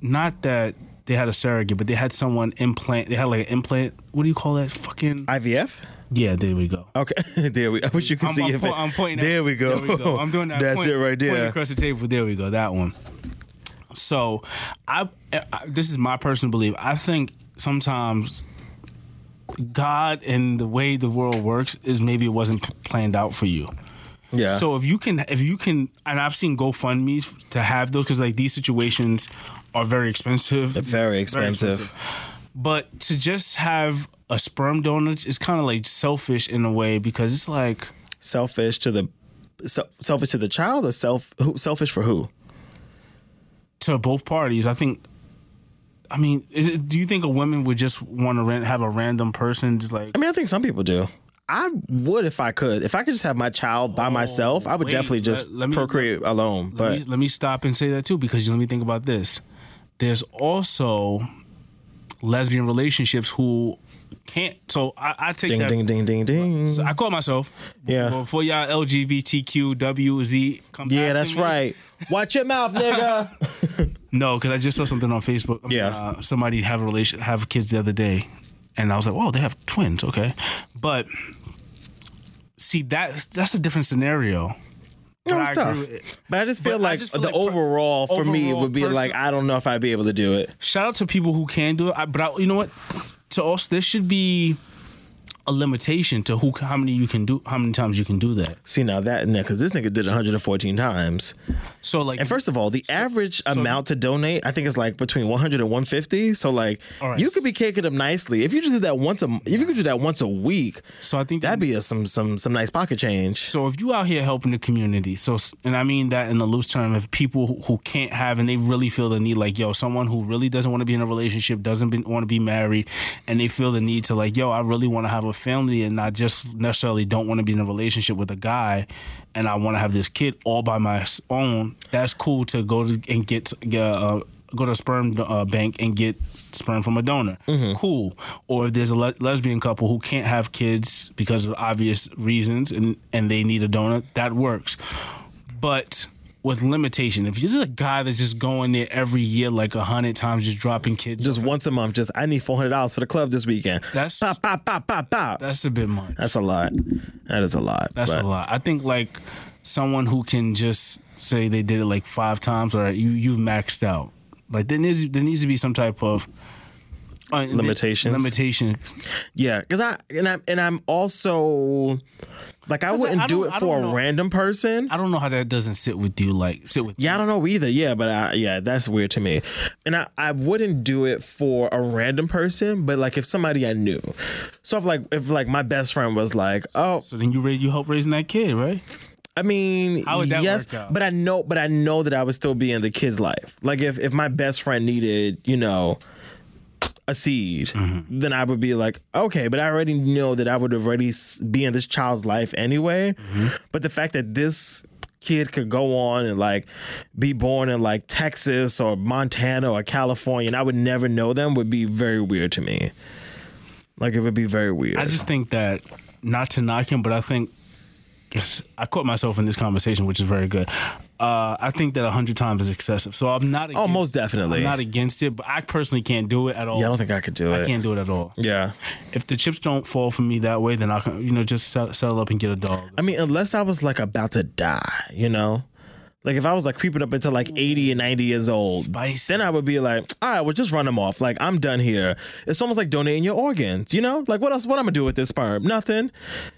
G: not that they had a surrogate, but they had someone implant. They had like an implant. What do you call that? Fucking
F: IVF?
G: yeah. There we go.
F: Okay, there we. I wish you could
G: I'm,
F: see
G: I'm
F: if
G: po-
F: it-
G: I'm pointing.
F: There
G: at,
F: we go.
G: I'm doing that.
F: That's
G: point-
F: it right
G: point
F: there.
G: across the table. There we go. That one. So, I, I this is my personal belief. I think sometimes God and the way the world works is maybe it wasn't p- planned out for you.
F: yeah.
G: So if you can, if you can, and I've seen GoFundMe's to have those because like these situations are very expensive.
F: very expensive.
G: But to just have a sperm donor is kind of like selfish in a way because it's like
F: selfish to the se- selfish to the child or self who, selfish for who?
G: to both parties. I think. I mean, is it, do you think a woman would just want to ran, have a random person just like?
F: I mean, I think some people do. I would if I could. If I could just have my child by myself, I
G: Oh,
F: would
G: wait,
F: definitely just
G: let- let me-
F: procreate alone.
G: Let,
F: but
G: me, let me stop and say that too because let me think about this. There's also lesbian relationships who can't. So I, I take
F: ding,
G: that.
F: ding, ding, ding, ding,
G: So I call myself.
F: Yeah.
G: Before, before y'all LGBTQWZ come
F: Yeah,
G: after
F: that's
G: me.
F: right. Watch your mouth, nigga.
G: No, because I just saw something on Facebook. I mean,
F: Yeah.
G: uh, somebody have a relation have kids the other day, and I was like, "Wow, they have twins." Okay, but see that that's a different scenario.
F: No,
G: But
F: it's
G: I
F: tough.
G: agree with it.
F: But I just
G: But
F: feel
G: I
F: like
G: just feel
F: the
G: like per-
F: overall for me it
G: overall
F: would be
G: person-
F: like I don't know if I'd be able to do it.
G: Shout out to people who can do it, I, but I, you know what? To us, there should be a limitation to who how many you can do, how many times you can do that.
F: See now that because this nigga did 114 times.
G: So like,
F: And first of all, the average amount to donate, I think, is like between 100 and 150. So like,
G: All right.
F: you could be kicking them nicely if you just did that once a. m- If you could do that once a week,
G: so I think
F: that'd be a, some some some nice pocket change.
G: So if you out here helping the community, so and I mean that in a loose term, if people who, who can't have and they really feel the need, like yo, someone who really doesn't want to be in a relationship, doesn't be, want to be married, and they feel the need to like yo, I really want to have a family, and I just necessarily don't want to be in a relationship with a guy, and I want to have this kid all by my s- own. That's cool to go to and get get, uh, go to a sperm uh, bank and get sperm from a donor.
F: Mm-hmm.
G: Cool. Or if there's a le- lesbian couple who can't have kids because of obvious reasons and, and they need a donor, that works. But with limitation, if you're just a guy that's just going there every year like a hundred times, just dropping kids,
F: Just once a month. Just I need 400 dollars for the club this weekend.
G: That's-
F: pop pop pop pop pop. That's,
G: that's a bit much.
F: a lot. That is a lot.
G: That's
F: but-
G: a lot. I think like someone who can just say they did it like five times, or you you've maxed out. Like there needs there needs to be some type of uh,
F: Limitations?
G: Limitation.
F: Yeah, because I and I'm and I'm also like I wouldn't
G: I
F: do
G: don't-
F: it
G: I
F: for
G: don't
F: a
G: know.
F: random person.
G: I don't know how that doesn't sit with you. Like sit with
F: Yeah, I don't know either. Yeah, but I, yeah, that's weird to me. And I, I wouldn't do it for a random person, but like if somebody I knew. So if like if like my best friend was like, oh,
G: So then you ra- you help raising that kid, right?
F: I mean,
G: How would that
F: yes,
G: work out?
F: but I know, but I know that I would still be in the kid's life. Like if if my best friend needed, you know. A seed,
G: Mm-hmm.
F: then I would be like, okay, but I already know that I would already s- be in this child's life anyway.
G: Mm-hmm.
F: But the fact that this kid could go on and like be born in like Texas or Montana or California and I would never know them would be very weird to me. Like it would be very weird.
G: I just think that not to knock him, but I think yes, I caught myself in this conversation, which is very good. Uh, I think that hundred times is excessive. So I'm not. Against,
F: Oh, most definitely.
G: I'm not against it, but I personally can't do it at all.
F: yeah, I don't think I could do
G: I
F: it.
G: can't do it at all.
F: Yeah.
G: if the chips don't fall for me that way, then I can, you know, just settle, settle up and get a dog.
F: I mean, unless I was like about to die, you know? Like if I was like creeping up into like 80 and 90 years old,
G: Spicy.
F: then I would be like, all right, well, just run them off. Like I'm done here. It's almost like donating your organs, you know? Like what else? What I'm gonna do with this sperm? Nothing.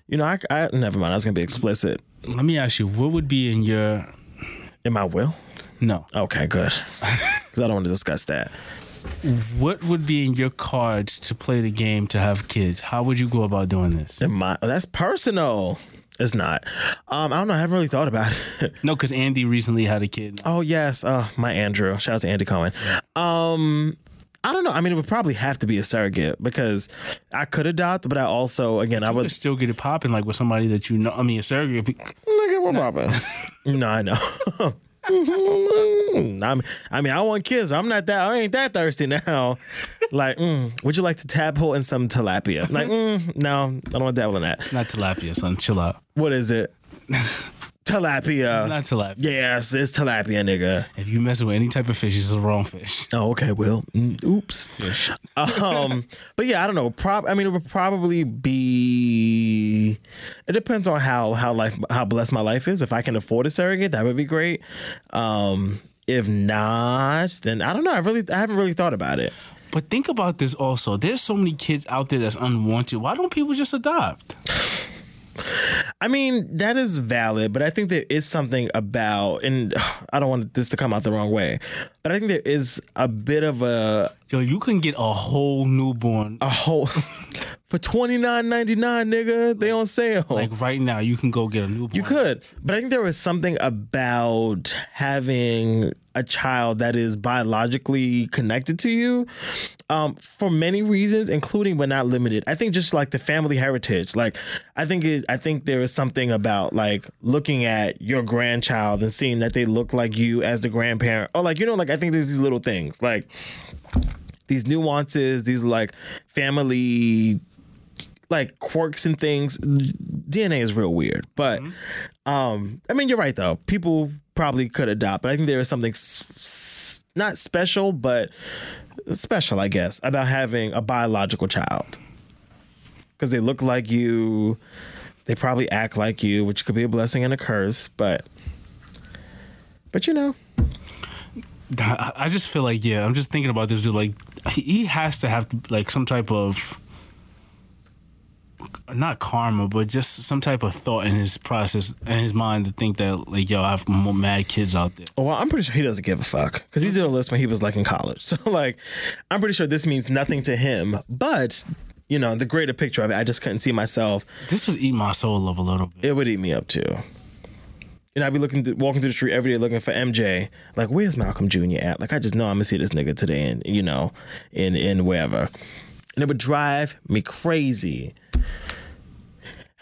F: You know, I, I never mind. I was gonna be explicit
G: Let me ask you, what would be in your
F: in my will.
G: no?
F: Okay, good. Because I don't want to discuss that.
G: What would be in your cards to play the game to have kids? How would you go about doing this?
F: In my, that's personal. It's not. Um, I don't know. I haven't really thought about it.
G: No, because Andy recently had a kid.
F: oh yes, uh, my Andrew. Shout out to Andy Cohen. Um, I don't know. I mean, it would probably have to be a surrogate because I could adopt, but I also, again, I
G: I
F: would.
G: would still get it popping like with somebody that you know. I mean, a surrogate. be-
F: Nigga, what no, I know. Mhm. I'm, I mean, I want kids. But I'm not that. I ain't that thirsty now. Like, mm, would you like to dabble in some tilapia? Like, mm, no, I don't want to dabble in that.
G: Not tilapia, son. Chill out.
F: What is it? tilapia.
G: Not tilapia.
F: yes, it's tilapia, nigga.
G: If you mess with any type of fish, it's the wrong fish.
F: Oh, okay. Well, mm, oops. um, but yeah, I don't know. Prob. I mean, it would probably be. It depends on how how life how blessed my life is. If I can afford a surrogate, that would be great. Um, if not, then I don't know. I really I haven't really thought about it.
G: But think about this also. There's so many kids out there that's unwanted. Why don't people just adopt?
F: I mean, that is valid, but I think there is something about, and I don't want this to come out the wrong way, but I think there is a bit of a
G: Yo, you can get a whole newborn.
F: a whole for twenty nine ninety nine, nigga. They on sale.
G: Like right now, you can go get a newborn.
F: You could, but I think there was something about having a child that is biologically connected to you um, for many reasons, including but not limited. I think just like the family heritage. Like, I think it, I think there is something about like looking at your grandchild and seeing that they look like you as the grandparent, or like you know, like I think there's these little things like these nuances, these like family like quirks and things. DNA is real weird, but um, I mean, you're right though. People probably could adopt, but I think there is something s- s- not special, but special, I guess, about having a biological child because they look like you. They probably act like you, which could be a blessing and a curse, but but you know,
G: I I just feel like yeah. I'm just thinking about this dude. Like he- he has to have like some type of not karma, but just some type of thought in his process in his mind to think that like yo, I have more mad kids out there.
F: Oh, Well, I'm pretty sure he doesn't give a fuck because he did a list when he was like in college. So, like, I'm pretty sure this means nothing to him. But, you know, the greater picture of it, I just couldn't see myself.
G: This was eat my soul up a little bit.
F: It would eat me up too. And I'd be looking, th- walking through the street every day looking for MJ. Like, where's Malcolm Jr. at? Like, I just know I'm gonna see this nigga today, and you know, in in wherever. And it would drive me crazy.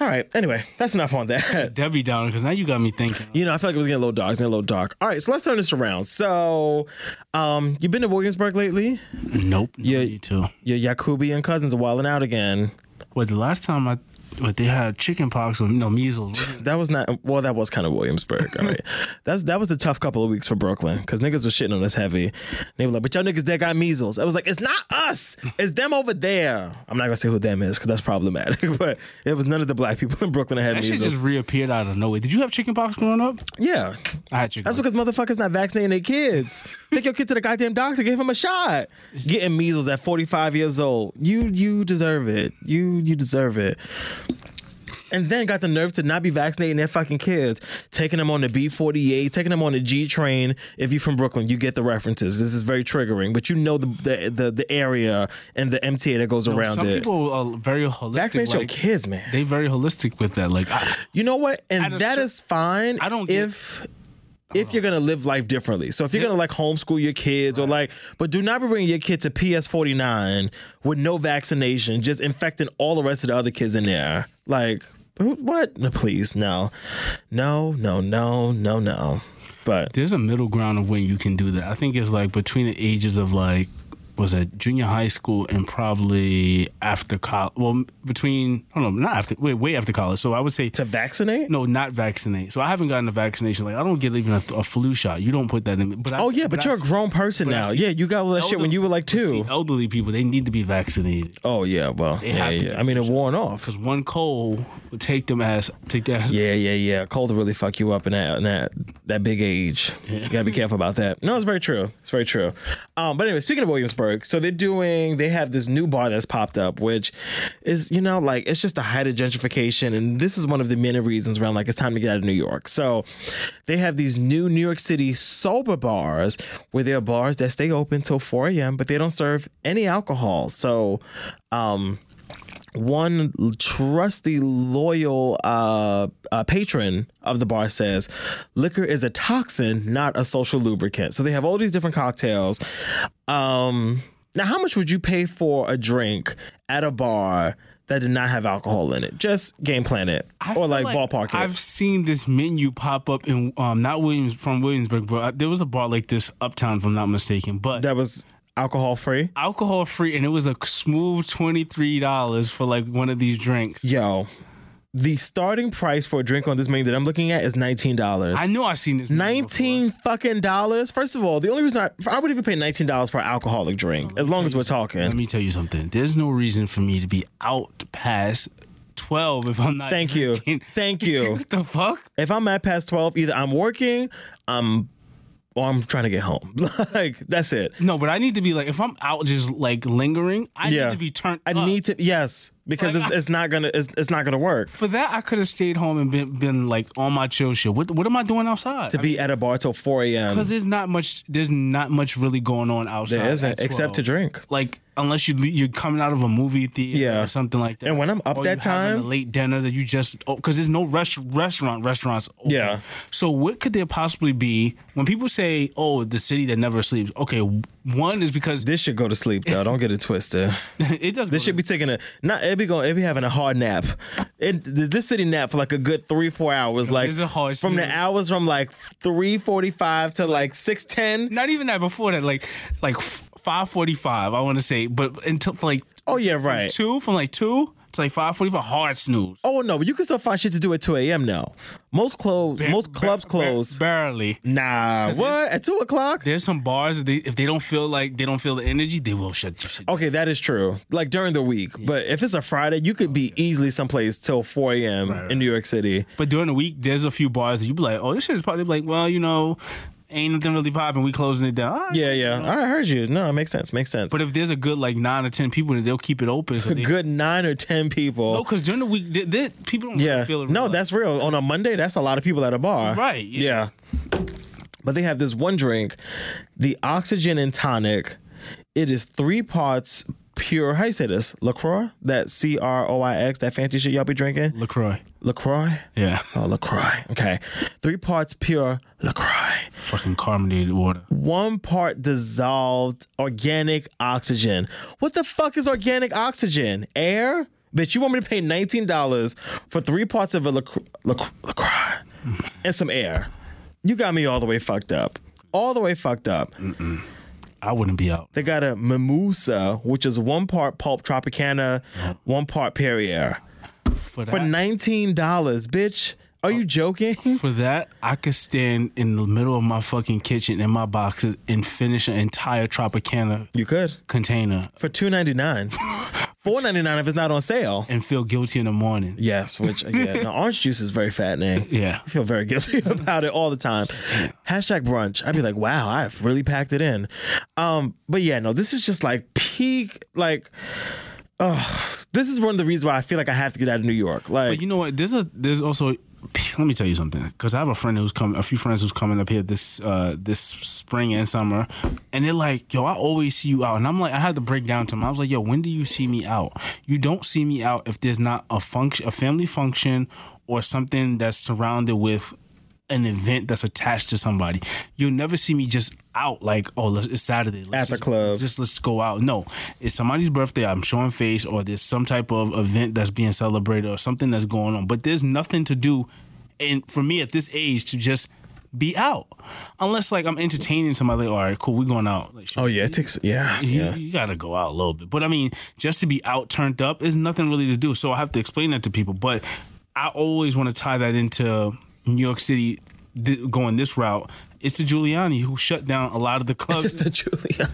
F: All right. Anyway, that's enough on that.
G: Debbie Downer, because now you got me thinking.
F: You know, I feel like it was getting a little dark. It's getting a little dark. All right, so let's turn this around. So, um, you've been to Williamsburg lately?
G: Nope. Yeah.
F: Yeah.
G: You too.
F: Your Yakubi and cousins are wilding out again.
G: Wait, the last time I, wait, they had chicken pox or no measles. wasn't it?
F: That was not well. That was kind of Williamsburg. All right, that's that was the tough couple of weeks for Brooklyn because niggas was shitting on us heavy. And they were like, "But y'all niggas that got measles." I was like, "It's not us. It's them over there." I'm not gonna say who them is because that's problematic. But it was none of the black people in Brooklyn that had
G: That shit
F: measles.
G: just reappeared out of nowhere. Did you have chicken pox growing up?
F: yeah,
G: I had chicken.
F: That's because motherfuckers not vaccinating their kids. Take your kid to the goddamn doctor, give him a shot. Getting measles at 45 years old. You you deserve it. You you deserve it. And then got the nerve to not be vaccinating their fucking kids, taking them on the B48, taking them on the G train. If you're from Brooklyn, you get the references. This is very triggering, but you know the the the, the area and the MTA that goes around
G: Some
F: it.
G: people are very holistic.
F: Vaccinate your
G: like,
F: kids, man.
G: They very holistic with that. Like, I,
F: You know what?
G: At a
F: And that
G: cer-
F: is fine.
G: I don't get-
F: if if you're gonna live life differently. So if you're gonna like homeschool your kids or like, but do not be bringing your kid to PS forty nine with no vaccination, just infecting all the rest of the other kids in there. Like, who- what? No, please, no, no, no, no, no, no. But
G: there's a middle ground of when you can do that. I think it's like between the ages of like, was it junior high school and probably after college? Well, between hold on, not after, wait, way after college. So I would say
F: to vaccinate.
G: no, not vaccinate. So I haven't gotten a vaccination. Like I don't get even a, a flu shot. You don't put that in. me. But I,
F: Oh yeah, but,
G: I
F: you're a
G: see
F: grown person
G: but I
F: now.
G: see
F: Yeah, you got all that shit when
G: elder-
F: you were like
G: I see
F: two.
G: elderly people they need to be vaccinated
F: Oh yeah, well, yeah,
G: have to
F: yeah. I mean, it worn off.
G: because one cold would take them ass, take their ass.
F: Yeah, yeah, yeah. Cold will really fuck you up in that in that that big age. You gotta be careful about that. No, it's very true. It's very true. Um, but anyway, speaking of Williamsburg, so they're doing they have this new bar that's popped up, which is you know like it's just the height of gentrification, and this is one of the many reasons around like it's time to get out of New York. So they have these new New York City sober bars where there are bars that stay open till 4 a.m. but they don't serve any alcohol. So um one trusty, loyal uh, uh, patron of the bar says, liquor is a toxin, not a social lubricant. So they have all these different cocktails. Um, now, how much would you pay for a drink at a bar that did not have alcohol in it? Just game plan it
G: I
F: or
G: feel
F: like, ballpark it.
G: I've seen this menu pop up in um not Williams from Williamsburg, but uh, there was a bar like this uptown, if I'm not mistaken. But
F: that was alcohol free.
G: alcohol free, and it was a smooth twenty three dollars for like one of these drinks.
F: Yo, the starting price for a drink on this menu that I'm looking at is nineteen dollars.
G: I know I've seen this. menu
F: Nineteen fucking dollars. First of all, the only reason I, I would even pay nineteen dollars for an alcoholic drink, as long as we're
G: Let
F: talking.
G: me tell you something. There's no reason for me to be out past twelve if I'm not.
F: Thank you,
G: drinking.
F: thank you.
G: What the fuck?
F: If I'm at past twelve, either I'm working, I'm, or I'm trying to get home. Like that's it.
G: No, but I need to be like if I'm out just like lingering, I
F: Yeah.
G: need to be turned.
F: I
G: up.
F: need to yes, because
G: Like,
F: it's,
G: I-
F: it's not gonna it's, it's not gonna work
G: For that, I could have stayed home and been, been like on my chill shit. What what am I doing outside?
F: to be at a bar till four a.m.
G: Because there's not much. There's not much really going on outside.
F: There
G: at
F: isn't
G: 12.
F: except to drink.
G: Like unless you le- you're coming out of a movie theater
F: Yeah.
G: or something like that.
F: And when I'm up
G: Or
F: that
G: you having
F: time-
G: a late dinner that you just because there's no rest, restaurant restaurants. open.
F: Yeah.
G: So what could there possibly be when people say, "Oh, the city that never sleeps"? Okay, one is because
F: This should go to sleep though. Don't get it twisted.
G: it does.
F: This should be taking a not. It be going. It be having a hard nap. It, th- this city nap for like a good three four hours. Like
G: it's a hard
F: from the
G: snooze.
F: hours from like three forty five to like six ten.
G: not even that. Before that, like like five forty five. I want to say, but until like
F: Oh yeah, right.
G: two from like two to like five forty five. Hard snooze.
F: Oh no, but you can still find shit to do at two a.m. now. Most close, most
G: Ba-
F: clubs
G: ba-
F: close.
G: barely.
F: Nah, what at two o'clock?
G: There's some bars that they, if they don't feel like they don't feel the energy, they will shut you shit. down.
F: Okay, that is true. Like during the week, but if it's a Friday, you could
G: Oh,
F: be easily someplace till four a.m. in New York City.
G: But during the week, there's a few bars that you be like, oh, this shit is probably like, well, you know, ain't nothing really popping. We closing it down. All right.
F: Yeah, yeah. I heard you. No, it makes sense. Makes sense.
G: But if there's a good like nine or ten people, then they'll keep it open. 'cause they-
F: good nine or ten people.
G: No, because during the week, they, they, people don't
F: Yeah.
G: really feel it.
F: no,
G: real.
F: that's real. On a Monday, that's a lot of people at a bar.
G: Right,
F: Yeah.
G: yeah.
F: But they have this one drink, the oxygen and tonic. It is three parts pure. How you say this? Lacroix. That C R O I X. That fancy shit y'all be drinking.
G: Lacroix.
F: Lacroix.
G: Yeah,
F: Oh, Lacroix. Okay. Three parts pure Lacroix
G: fucking carbonated water.
F: one part dissolved organic oxygen. What the fuck is organic oxygen? Air? Bitch, you want me to pay $19 for three parts of a LaCroix La- LaCroix and some air? You got me all the way fucked up. All the way fucked up.
G: I wouldn't be out.
F: They got a mimosa, which is one part pulp Tropicana, one part Perrier.
G: For that,
F: For $19, bitch. Are you joking?
G: For that, I could stand in the middle of my fucking kitchen in my boxes and finish an entire Tropicana
F: You could.
G: container
F: For $2.99. $4.99 if it's not on sale.
G: and feel guilty in the morning.
F: Yes, which again, now, orange juice is very fattening.
G: Yeah.
F: I feel very guilty about it all the time. Hashtag brunch. I'd be like, wow, I've really packed it in. Um, but yeah, no, this is just like peak, like, oh, this is one of the reasons why I feel like I have to get out of New York. Like,
G: But you know what? There's a there's also let me tell you something because I have a friend who's coming, a few friends who's coming up here this uh this spring and summer, and they're like, "Yo, I always see you out," and I'm like, I had to break down to him. I was like, "Yo, when do you see me out? You don't see me out if there's not a function, a family function, or something that's surrounded with." An event that's attached to somebody. You'll never see me just out like, oh, let's, it's Saturday. Let's
F: At the
G: just-
F: club.
G: Just let's go out. No, it's somebody's birthday. I'm showing face, or there's some type of event that's being celebrated, or something that's going on. But there's nothing to do, and for me at this age to just be out, unless like I'm entertaining somebody. Like, all right, cool, we're going out. Like,
F: oh, yeah, it takes, yeah,
G: you,
F: yeah.
G: you gotta go out a little bit. But I mean, just to be out turned up is nothing really to do. So I have to explain that to people. But I always want to tie that into New York City th- going this route. It's the Giuliani who shut down a lot of the
F: It's
G: clubs
F: the Julia.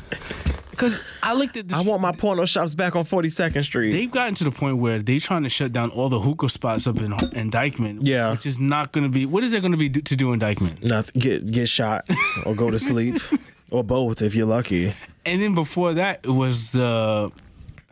G: because I like that.
F: I want my porno shops back on 42nd Street.
G: They've gotten to the point where they trying to shut down all the hookah spots up in, in Dykeman.
F: Yeah.
G: Which is not going to be, what is there going to be do, to do in Dykeman?
F: Nothing, get, get shot or go to sleep or both if you're lucky.
G: And then before that, it was the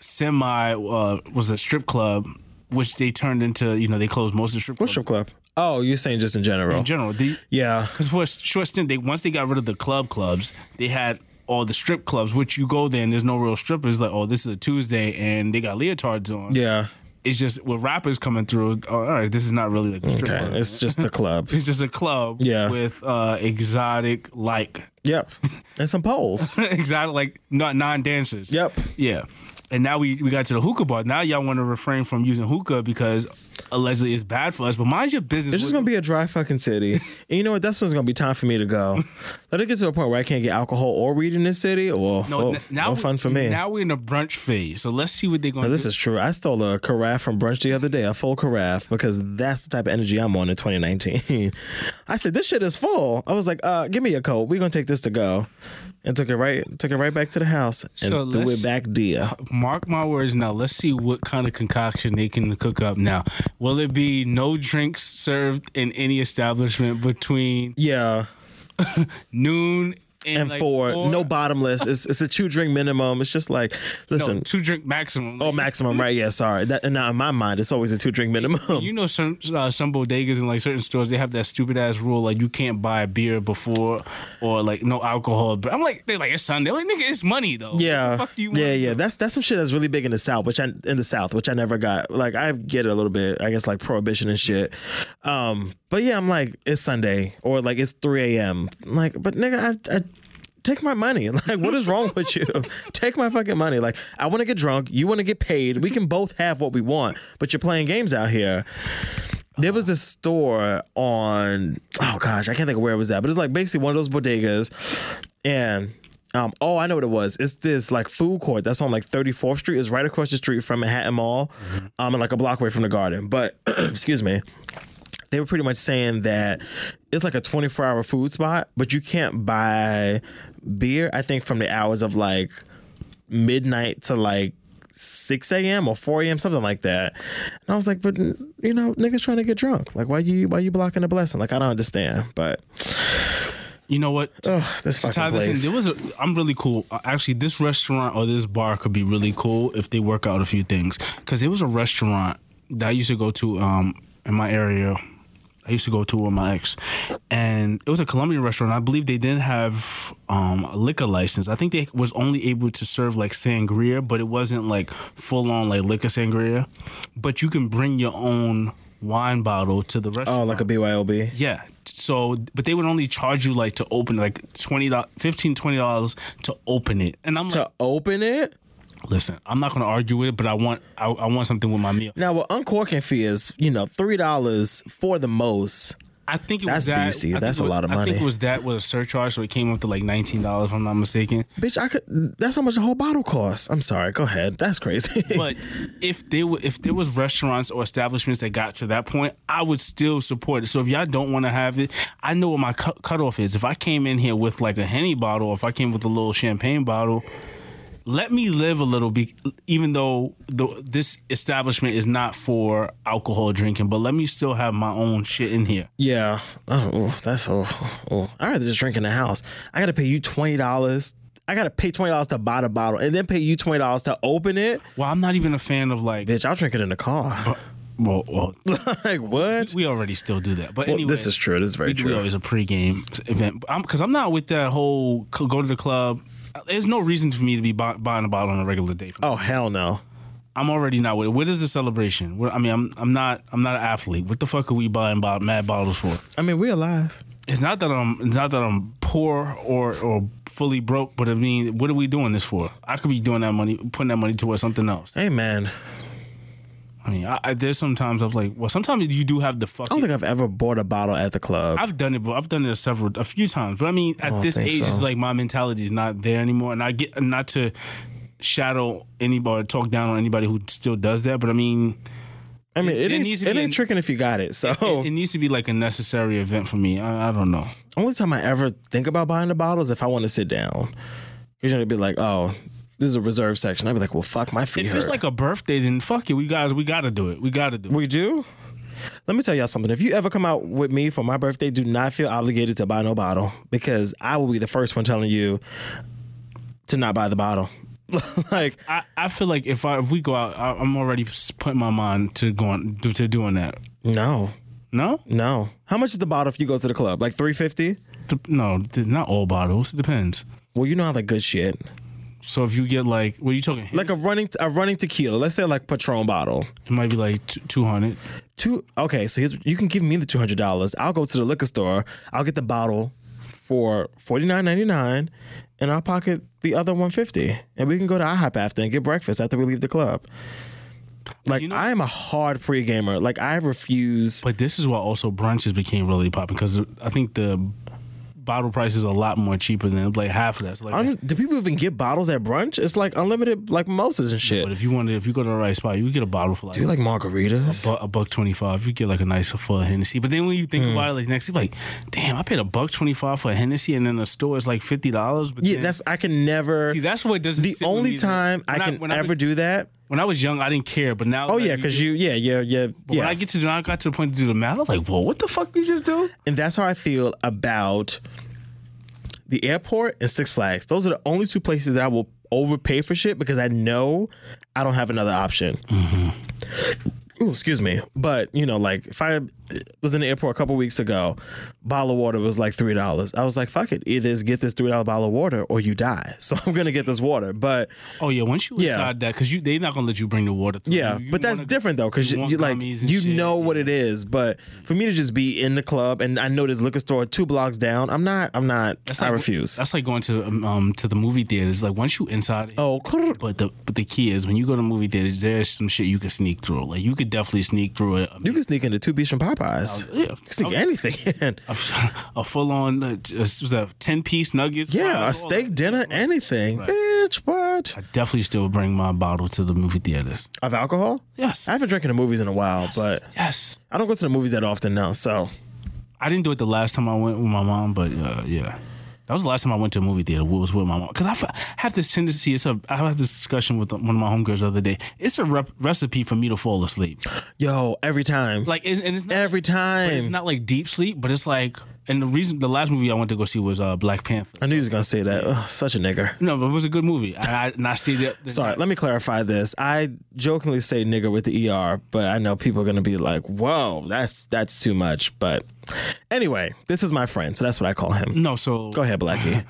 G: semi, uh, was a strip club, which they turned into, you know, they closed most of the strip
F: What's
G: clubs
F: your club? Oh, you're saying just in general.
G: in general. They,
F: yeah.
G: Because for a short stint, they once they got rid of the club clubs, they had all the strip clubs, which you go there and there's no real strippers. Like, oh, this is a Tuesday and they got leotards on.
F: Yeah.
G: It's just with rappers coming through. Oh, all right, this is not really like a strip
F: Okay.
G: club. It's,
F: It's just the club.
G: just a club.
F: Yeah.
G: With uh, exotic like
F: Yep. And some poles.
G: exotic like not non dancers.
F: Yep.
G: Yeah. And now we, we got to the hookah bar. Now y'all want to refrain from using hookah because allegedly it's bad for us. But mind your business.
F: It's just gonna be a dry fucking city. And you know what? That's when it's gonna be time for me to go. Let it get to a point where I can't get alcohol or weed in this city. Well,
G: No,
F: no,
G: n- now
F: no
G: we-
F: Oh, fun for me.
G: Now we're in the brunch phase, so let's see what they're going
F: Now,
G: to
F: this
G: do.
F: is true. I stole a carafe from brunch the other day, a full carafe, because that's the type of energy I'm on in 2019. I said, "This shit is full." I was like, "Uh, give me a coat. We're gonna take this to go," and took it right, took it right back to the house and
G: So
F: threw
G: let's-
F: it back dear.
G: Mark my words. Now let's see what kind of concoction they can cook up. Now, will it be no drinks served in any establishment between
F: Yeah,
G: noon and,
F: and
G: like,
F: four, no bottomless. It's it's a two drink minimum. It's just like,
G: no,
F: listen,
G: two drink maximum.
F: oh maximum, right? Yeah, sorry. That and now in my mind, it's always a two drink minimum.
G: You know some uh, some bodegas and like certain stores they have that stupid ass rule like you can't buy beer before or like no alcohol. But I'm like they're like it's Sunday. I'm like nigga, it's money though. What the
F: Yeah,
G: fuck do you
F: yeah,
G: want?
F: yeah. That's that's some shit that's really big in the south, which I in the south, which I never got. Like I get it a little bit, I guess, like prohibition and shit. Um, but yeah, I'm like it's Sunday or like it's 3 a.m. I'm Like, but nigga, I, I take my money. Like, what is wrong with you? take my fucking money. Like, I want to get drunk. You want to get paid. We can both have what we want, but you're playing games out here. There was this store on oh gosh, I can't think of where it was at, but it's like basically one of those bodegas. And um, oh, I know what it was. It's this like food court that's on like 34th Street. It's right across the street from Manhattan Mall, um, and like a block away from the garden. But excuse me they were pretty much saying that it's like a 24 hour food spot, but you can't buy beer, I think, from the hours of like midnight to like 6 a.m. or 4 a.m., something like that. And I was like, but you know, niggas trying to get drunk. Like, why you why you blocking the blessing? Like, I don't understand. But
G: You know what?
F: oh, this
G: to tie
F: fucking
G: this in,
F: place.
G: there was a, I'm really cool. Uh, Actually, this restaurant or this bar could be really cool if they work out a few things. Because there was a restaurant that I used to go to um, in my area. I used to go to with my ex, and it was a Colombian restaurant. I believe they didn't have um, a liquor license. I think they was only able to serve like sangria, but it wasn't like full on like liquor sangria. But you can bring your own wine bottle to the restaurant.
F: Oh, like a BYOB.
G: Yeah. So, but they would only charge you like to open like twenty dollars, fifteen twenty dollars to open it. And I'm like,
F: To open it?
G: listen, I'm not gonna argue with it, but I want, I, I want something with my meal.
F: Now, what uncorking fee is, you know, $3 for the most.
G: I think it was
F: That's
G: that.
F: beastie.
G: I think
F: That's
G: it
F: a
G: was-
F: lot of
G: I think
F: money.
G: it was that with a surcharge, so it came up to like nineteen dollars, if I'm not mistaken.
F: Bitch, I could. That's how much the whole bottle costs. I'm sorry. Go ahead. That's crazy.
G: But if they were, if there was restaurants or establishments that got to that point, I would still support it. So if y'all don't want to have it, I know what my cut cutoff is. If I came in here with like a henny bottle, or if I came with a little champagne bottle, let me live a little. Be, even though the, this establishment is not for alcohol drinking, but let me still have my own shit in here.
F: Yeah. Oh, oh, that's oh, oh. I rather just drink in the house. I gotta pay you twenty dollars. I gotta pay twenty dollars to buy the bottle and then pay you twenty dollars to open it.
G: Well, I'm not even a fan of like.
F: Bitch, I'll drink it in the car.
G: Well, well,
F: like what?
G: we already still do that. But
F: Well,
G: anyway,
F: this is true. This is very
G: we do
F: true.
G: always a pregame event because I'm, not with that whole c- go to the club. There's no reason for me to be buy, buying a bottle on a regular day.
F: oh hell no.
G: I'm already not with it. What is the celebration? What, I mean, I'm I'm not I'm not an athlete. What the fuck are we buying bo- mad bottles for?
F: I mean, we alive.
G: It's not that I'm it's not that I'm poor or or fully broke, but I mean, what are we doing this for? I could be doing that money, putting that money towards something else.
F: Hey man,
G: I mean, I, I, there's sometimes I'm like, well, sometimes you do have the
F: I don't
G: fucking
F: think I've ever bought a bottle at the club.
G: I've done it, but I've done it several, a few times. But I mean, at
F: don't
G: this
F: think
G: age, it's
F: so.
G: like my mentality is not there anymore, and I get not to shadow anybody, or talk down on anybody who still does that. But I mean,
F: I mean,
G: it-
F: it,
G: it
F: ain't,
G: needs to
F: it
G: be
F: ain't
G: an-
F: tricking if you got it. So
G: it, it needs to be like a necessary event for me. I, I don't know.
F: only time I ever think about buying a bottle is if I want to sit down. Cause you're gonna be like, oh, this is a reserve section. I'd be like, well, fuck my feet.
G: If it's
F: hurt.
G: like a birthday, then fuck it. We guys, we gotta do it. We gotta do it.
F: We do. Let me tell y'all something. If you ever come out with me for my birthday, do not feel obligated to buy no bottle because I will be the first one telling you to not buy the bottle. like,
G: I, I feel like if I if we go out, I, I'm already s- putting my mind to going to, to doing that.
F: no,
G: No,
F: no. How much is the bottle if you go to the club? Like three fifty?
G: Dep- no, th- not all bottles. It depends.
F: Well, you know how the good shit,
G: So if you get like, what are you talking?
F: like a running a running tequila. Let's say like Patron bottle.
G: it might be like two hundred.
F: Two. Okay, so here's you can give me the two hundred dollars. I'll go to the liquor store. I'll get the bottle for forty nine ninety nine, and I'll pocket the other one fifty, and we can go to IHOP after and get breakfast after we leave the club. Like
G: know-
F: I am a hard pre gamer. Like I refuse.
G: But this is why also brunches became really popping because I think the bottle price is a lot more cheaper than like half of that. So like,
F: Un- do people even get bottles at brunch? It's like unlimited, like mimosas and shit.
G: but if you want to, if you go to the right spot, you get a bottle for like.
F: Do you like margaritas?
G: bu- a buck twenty five, you get like a nice full Hennessy. But then when you think
F: Hmm.
G: about it, like next, you like, damn, I paid a buck twenty five for a Hennessy, and then the store is like fifty dollars. But
F: Yeah,
G: then-
F: that's I can never.
G: see, that's what doesn't.
F: the
G: sit with me
F: only
G: is-
F: time I
G: when
F: can
G: when
F: ever
G: was,
F: do that.
G: When I was young, I didn't care, but now.
F: Oh
G: like,
F: yeah, because you, yeah, yeah, yeah,
G: But
F: yeah.
G: When I get to, when I got to the point to do the math, I'm like, whoa, what the fuck we just do?
F: and that's how I feel about the airport and Six Flags. Those are the only two places that I will overpay for shit because I know I don't have another option. Ooh, excuse me, but you know, like if I was in the airport a couple weeks ago, bottle of water was like three dollars. I was like, "Fuck it, either just get this three dollar bottle of water or you die." So I'm gonna get this water, but
G: Oh yeah, once you
F: Yeah.
G: inside that, because you they're not gonna let you bring the water. Through.
F: Yeah,
G: You- you
F: but that's
G: wanna-
F: different though, because
G: you
F: you,
G: want
F: you, like
G: gummies and
F: you
G: shit.
F: know what it is. But for me to just be in the club and I know there's liquor store two blocks down, I'm not. I'm not. I
G: like-
F: refuse.
G: That's like going to um, um to the movie theaters. Like once you inside,
F: Oh, crrr.
G: But the but the key is when you go to movie theaters, there's some shit you can sneak through. Like you could definitely sneak through a
F: you can sneak into two beats from Popeyes.
G: Oh, yeah,
F: You can sneak anything in.
G: a, full on uh, just- was that ten piece nuggets.
F: Yeah, a
G: fries, all
F: steak
G: that.
F: dinner, anything, bitch. What
G: I definitely still bring my bottle to the movie theaters.
F: of alcohol?
G: Yes,
F: I haven't drank in the movies in a while, but
G: yes.
F: I don't go to the movies that often now. So
G: I didn't do it the last time I went with my mom, but uh, yeah. That was the last time I went to a movie theater. Was with my mom because I f- have this tendency. It's a I had this discussion with one of my homegirls the other day. It's a rep- recipe for me to fall asleep.
F: yo, every time,
G: Like it, and it's not
F: every
G: it's
F: time.
G: not like deep sleep, but it's like and the reason the last movie I went to go see was uh, Black Panther.
F: I knew he was gonna say that. Ugh, such a nigger.
G: No, but it was a good movie. I, I, and I stayed up. the
F: Sorry,
G: entire-
F: let me clarify this. I jokingly say nigger with the ER, but I know people are gonna be like, whoa, that's that's too much. But anyway, this is my friend, so that's what I call him.
G: No, so
F: Go ahead, Blackie.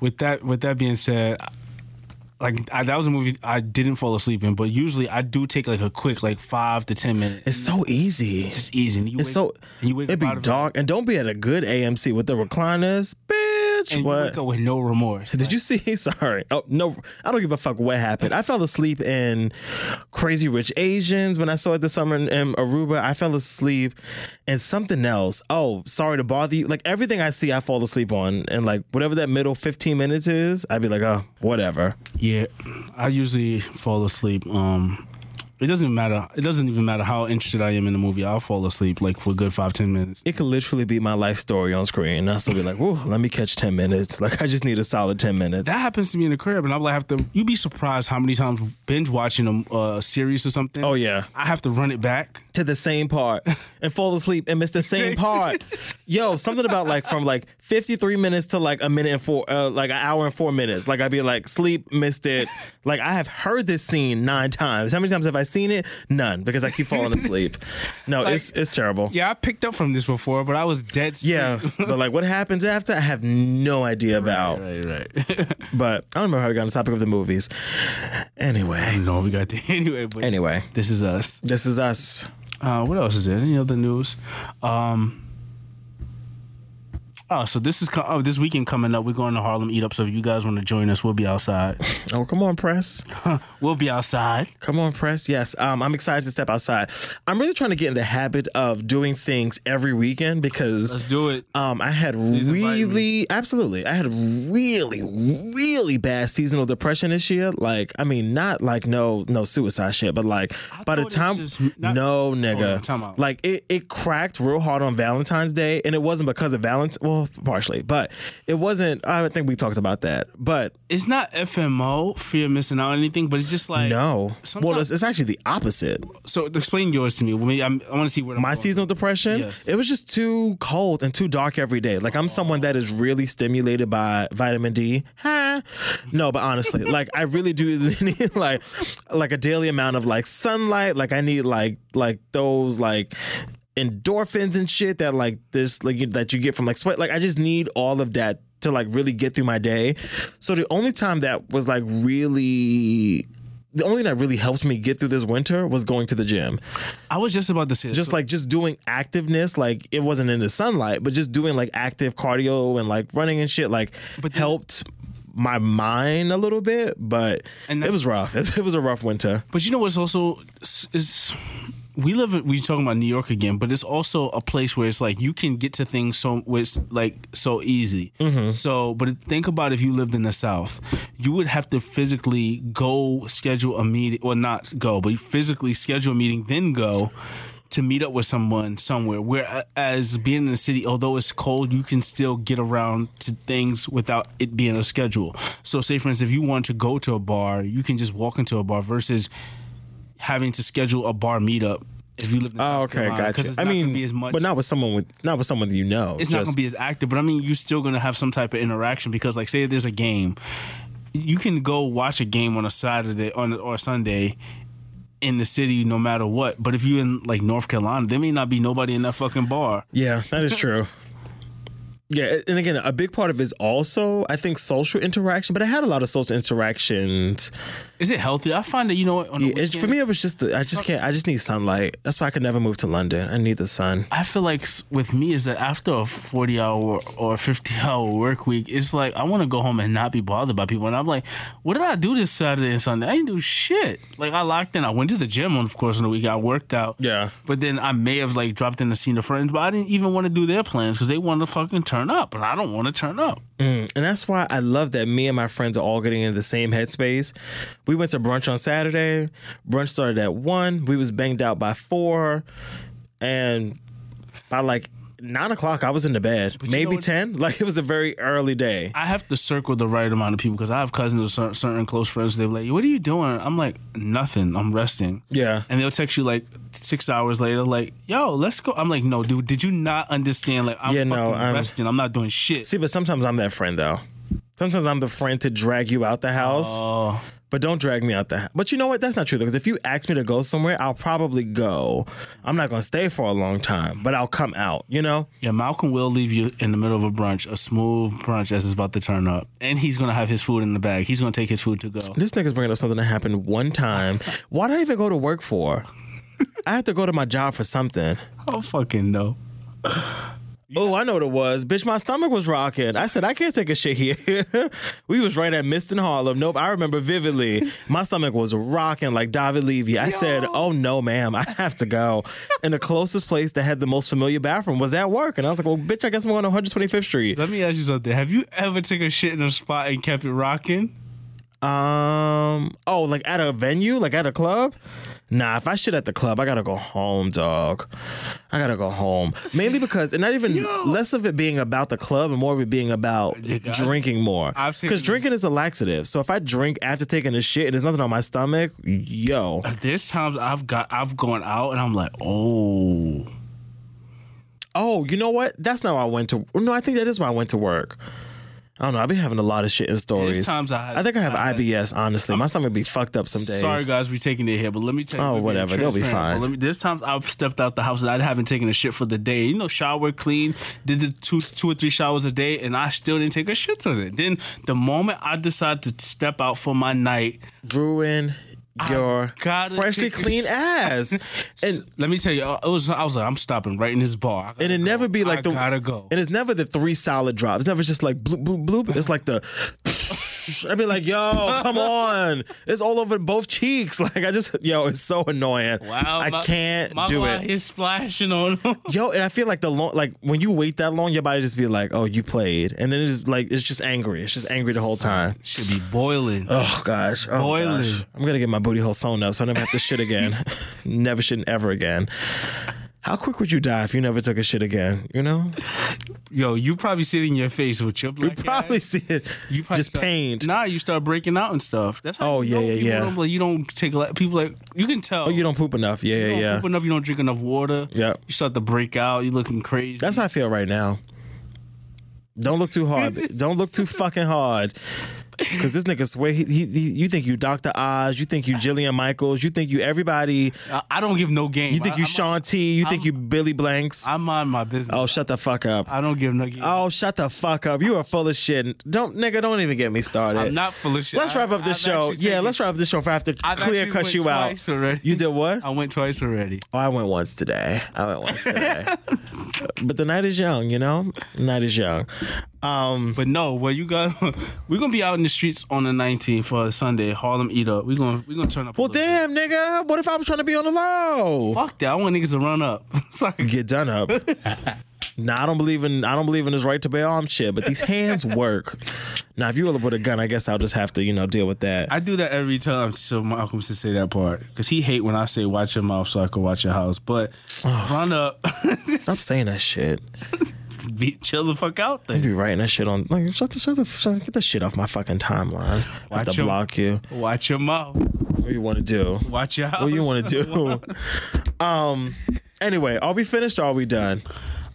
G: with that with that being said like I, that was a movie i didn't fall asleep in but usually i do take like a quick like five to ten minutes
F: It's so easy.
G: it's just easy and you
F: It's
G: wake,
F: so
G: and you wake
F: it'd
G: up out
F: be
G: of
F: dark. And don't be at a good AMC with the recliners. Bitch.
G: and you
F: what?
G: wake up with no remorse
F: Did you see? Sorry. Oh no, I don't give a fuck what happened. I fell asleep in Crazy Rich Asians when I saw it this summer in, in Aruba. I fell asleep and something else. Oh, sorry to bother you. Like everything I see, I fall asleep on, and like whatever that middle fifteen minutes is, I'd be like, oh, whatever.
G: yeah i usually fall asleep um it doesn't matter it doesn't even matter how interested i am in the movie i'll fall asleep like for a good five ten minutes
F: It could literally be my life story on screen, and I still be like, whoa, let me catch ten minutes. Like I just need a solid ten minutes.
G: that happens to me in the crib, and I'm like, have to. You'd be surprised how many times binge watching a uh, series or something.
F: Oh, yeah.
G: I have to run it back.
F: to the same part and fall asleep and miss the same part. Yo, something about like from like 53 minutes to like a minute and four, uh, like an hour and four minutes. Like I'd be like, sleep, missed it. Like I have heard this scene nine times. How many times have I seen it? None, because I keep falling asleep. No, it's it's terrible.
G: Yeah, I picked up from this before, but I was dead. Sleep.
F: Yeah, but like what happens after, I have no idea about.
G: Right, right.
F: But I don't remember how we got on the topic of the movies. Anyway,
G: no, we got there anyway. But
F: anyway,
G: this is us.
F: this is us.
G: Uh, what else is there? Any other news? Um, oh, so this is co- oh, this weekend coming up. We're going to Harlem Eat Up. So if you guys want to join us, we'll be outside.
F: Oh, come on, press.
G: we'll be outside.
F: Come on, press. Yes, um, I'm excited to step outside. I'm really trying to get in the habit of doing things every weekend because
G: do it.
F: um, I had
G: invite me.
F: really, absolutely, I had really, really bad seasonal depression this year. Like, I mean, not like no, no suicide shit, but like by the
G: thought it's
F: time,
G: just not-
F: no, nigga,
G: on, time out.
F: like it, it cracked real hard on Valentine's Day, and it wasn't because of Valentine's. Well, partially, but it wasn't. I think we talked about that, but
G: It's not FMO, fear of missing out on anything, but it's just like
F: no. Well,
G: sometimes-
F: it's, it's actually the opposite.
G: So explain yours to me. Well, maybe I'm, I want to see where I'm
F: my
G: going.
F: seasonal depression
G: Yes.
F: it was just too cold and too dark every day like i'm someone that is really stimulated by vitamin d huh? no but honestly like i really do need like like a daily amount of like sunlight like i need like like those like endorphins and shit that like this like you, that you get from like sweat like i just need all of that to like really get through my day. So the only time that was like really the only thing that really helped me get through this winter was going to the gym.
G: I was just about to say
F: Just like just doing activeness, like it wasn't in the sunlight, but just doing like active cardio and like running and shit, like
G: But then-
F: helped my mind a little bit. But
G: And
F: it
G: that's-
F: was rough. It, was a rough winter.
G: But you know what's also s- is we live. in- We talking about New York again, but it's also a place where it's like you can get to things so where it's like so easy. So, but think about if you lived in the South, you would have to physically go schedule a meeting, or not go, but physically schedule a meeting, then go. To meet up with someone somewhere, whereas being in the city, although it's cold, you can still get around to things without it being a schedule. So, say for instance, if you want to go to a bar, you can just walk into a bar versus having to schedule a bar meetup if you live in South
F: Oh, okay,
G: Carolina,
F: gotcha.
G: 'cause it's
F: I
G: not
F: mean,
G: gonna be as much.
F: but not with someone with not with someone you know.
G: it's not gonna be as active. But I mean, you're still gonna have some type of interaction because, like, say there's a game, you can go watch a game on a Saturday on or a Sunday. In the city, no matter what. But if you in like North Carolina, there may not be nobody in that fucking bar.
F: Yeah, that is true. Yeah, and again, a big part of it is also I think social interaction. But I had a lot of social interactions.
G: Is it healthy? I find that you know what, on the
F: Yeah, it's, for
G: weekend-
F: me, it was just the, I just can't. I just need sunlight. That's why I could never move to London. I need the sun.
G: I feel like s- with me is that after a 40 hour or 50 hour work week, it's like I want to go home and not be bothered by people. And I'm like, what did I do this Saturday and Sunday? I didn't do shit. Like I locked in. I went to the gym, of course, on the week. I worked out.
F: Yeah.
G: But then I may have like dropped in to see the friends, but I didn't even want to do their plans because they want to fucking turn up, and I don't want to turn up.
F: And that's why I love that me and my friends are all getting in the same headspace. We went to brunch on Saturday. Brunch started at one. We was banged out by four, and by like nine o'clock, I was in the bed.
G: you know
F: Maybe
G: what-
F: ten. Like it was a very early day.
G: I have to circle the right amount of people because I have cousins or cer- certain close friends. They're like, "What are you doing?" I'm like, "Nothing. I'm resting."
F: Yeah.
G: and they'll text you like six hours later, like, "Yo, let's go." I'm like, "No, dude, did you not understand? Like, I'm
F: Yeah,
G: fucking
F: no, I'm-
G: resting. I'm not doing shit."
F: See, but sometimes I'm that friend though. Sometimes I'm the friend to drag you out the house,
G: Oh,
F: but don't drag me out the house. But you know what? That's not true because if you ask me to go somewhere, I'll probably go. I'm not gonna stay for a long time, but I'll come out. You know?
G: yeah. Malcolm will leave you in the middle of a brunch, a smooth brunch as it's about to turn up, and he's gonna have his food in the bag. He's gonna take his food to go.
F: This nigga's bringing up something that happened one time. Why did I even go to work for? I had to go to my job for something.
G: Oh, fucking no.
F: Oh, I know what it was. Bitch, my stomach was rocking. I said, I can't take a shit here. we was right at Mist in Harlem. Nope, I remember vividly. My stomach was rocking like David Levy. I said, Oh no, ma'am, I have to go. and the closest place that had the most familiar bathroom was at work. And I was like, Well, bitch, I guess I'm going to 125th Street.
G: Let me ask you something. Have you ever taken shit in a spot and kept it rocking?
F: Um, oh, like at a venue, like at a club? Nah, if I shit at the club, I gotta go home, dog. I gotta go home. Mainly because, and not even less of it being about the club and more of it being about
G: Nigga, I-
F: drinking more.
G: I've taken-
F: Because drinking is a laxative. So if I drink after taking a shit and there's nothing on my stomach, yo.
G: There's times I've got I've gone out and I'm like, oh,
F: Oh, you know what? That's not why I went to. No, I think that is why I went to work. I don't know. I've been having a lot of shit in stories.
G: times I-
F: think I have
G: I-
F: IBS, honestly. my stomach be fucked up some days.
G: Sorry, guys, we taking it here, but let me tell you.
F: Oh,
G: we're being
F: whatever, they'll be
G: transparent.
F: fine.
G: But Let me, there's times I've stepped out the house and I haven't taken a shit for the day. You know, shower, clean, did the two, two or three showers a day, and I still didn't take a shit to it. Then the moment I decide to step out for my night,
F: ruin your
G: gotta
F: freshly
G: take a
F: clean
G: sh-
F: ass.
G: s-
F: And
G: let me tell you, I I was I was like, I'm stopping right in this bar. I gotta
F: it'd
G: go.
F: never be like
G: I
F: the
G: gotta go.
F: And it's never the three solid drops. It's never just like bloop bloop bloop. It's like the I'd be like, yo, come on. It's all over both cheeks. Like I just yo, it's so annoying.
G: Wow,
F: I
G: my-
F: can't
G: my
F: do
G: wine
F: it.
G: is splashing on.
F: Yo, and I feel like the long like when you wait that long, your body just be like, Oh, you played. And then it's like it's just angry. It's just angry the whole time.
G: Should be boiling.
F: Oh gosh. Oh,
G: Boiling.
F: gosh. I'm gonna get my booty hole sewn up so I never have to shit again. never shitting ever again. How quick would you die if you never took a shit again? You know?
G: Yo, you probably sit in your face with your black ass.
F: Probably see it.
G: You probably
F: just
G: start,
F: pained.
G: Nah, you start breaking out and stuff. That's how
F: Oh,
G: you
F: yeah,
G: know
F: yeah,
G: people
F: yeah.
G: Don't, like, you don't take like people like you can tell.
F: Oh, you don't poop enough. Yeah, yeah,
G: You don't
F: yeah.
G: poop enough. You don't drink enough water.
F: Yep.
G: You start to break out. You're looking crazy.
F: That's how I feel right now. Don't look too hard. don't look too fucking hard. Because this nigga swear he, he, he you think you Dr. Oz, you think you Jillian Michaels, you think you everybody,
G: I, I don't give no game.
F: you think
G: I,
F: you
G: I'm-
F: Sean T, you think you Billy Blanks.
G: I mind my business.
F: oh, shut the fuck up.
G: I don't give no game.
F: Oh, shut the fuck up. You are full of shit. Don't nigga, don't even get me started.
G: I'm not full of shit.
F: Let's
G: I-
F: wrap up this
G: I've
F: show.
G: actually
F: Yeah,
G: taken-
F: let's wrap up this show for I have to
G: I've
F: clear
G: actually
F: cut
G: went
F: you out.
G: twice already.
F: You did what?
G: I went twice already.
F: Oh, I went once today. I went once today. but the night is young, you know? The night is young. Um
G: But no, well, you got we're gonna be out in the streets on the 19th for Sunday. Harlem eat up. We're gonna we're gonna turn up. a
F: well
G: little
F: damn nigga, what if I was trying to be on the low?
G: bit. Fuck that! I want niggas to run up. Sorry.
F: Get done up. Nah, I don't believe in I don't believe in his right to bear arms shit, but these hands work. Now, if you were with a gun, I guess I'll just have to, you know, deal with that.
G: I do that every time. So Malcolm to say that part because he hate when I say watch your mouth so I can watch your house. But run up,
F: Oh, Stop saying that shit.
G: be, chill the fuck out
F: You
G: there.
F: be writing that shit on like shut the shut the shut, get the shit off my fucking timeline. I have
G: Watch
F: to
G: him.
F: block you.
G: Watch your mouth.
F: What you want to do?
G: Watch your house.
F: What you want to do? um. Anyway, are we finished? or Are we done?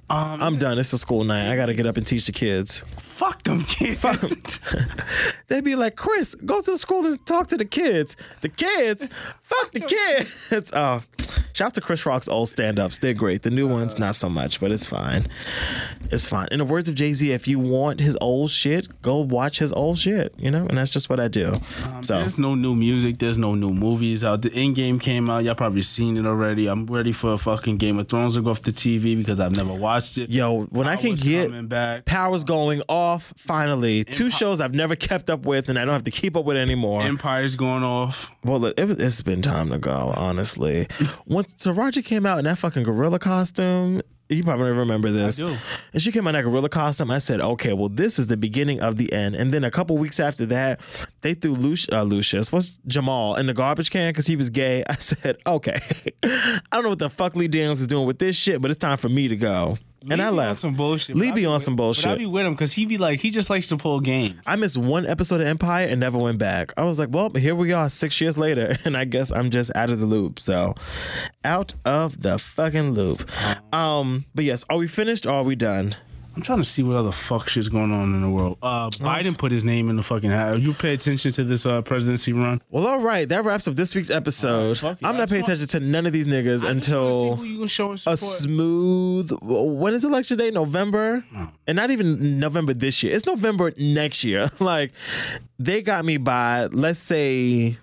G: Um,
F: I'm done. It's a school night. I gotta get up and teach the kids.
G: Fuck them kids.
F: They'd be like, Chris, go to the school and talk to the kids. The kids, fuck the kids. Oh, shout out to Chris Rock's old stand-ups. They're great. The new ones, not so much, but it's fine. It's fine. In the words of Jay Z, if you want his old shit, go watch his old shit. You know, and that's just what I do. so
G: Um, There's no new music. There's no new movies out. The end game came out. Y'all probably seen it already. I'm ready for fucking Game of Thrones to go off the TV because I've never watched it.
F: Yo, when I, can
G: Power's
F: get
G: coming back.
F: Power's going off finally. Two shows I've never kept up with, and I don't have to keep up with anymore.
G: Empire's going off.
F: well, it, it, has been time to go, honestly. Once Taraji came out in that fucking gorilla costume, you probably remember this.
G: do.
F: And she came out in that gorilla costume. I said, okay, well, this is the beginning of the end. And then a couple weeks after that, they threw Luci- uh, Lucius, what's Jamal, in the garbage can because he was gay. I said, okay, I don't know what the fuck Lee Daniels is doing with this shit, but it's time for me to go. and
G: Lee be
F: I
G: on
F: left.
G: some bullshit.
F: Lee
G: but I
F: be on
G: with-
F: some
G: But I
F: bullshit.
G: be with him because he be like he just likes to pull game.
F: I missed one episode of Empire and never went back. I was like, well, here we are six years later, and I guess I'm just out of the loop. So, out of the fucking loop. Um, but yes, are we finished or are we done?
G: I'm trying to see what other fuck shit's going on in the world. Uh, Biden put his name in the fucking hat. You pay attention to this uh, presidency run.
F: Well, all right, that wraps up this week's episode.
G: fuck it.
F: I'm
G: I
F: not
G: just
F: paying
G: want-
F: attention to none of these niggas
G: see
F: until
G: who you can show and
F: a
G: support.
F: smooth. When is election day? November, and not even November this year. It's November next year. Like, they got me by let's say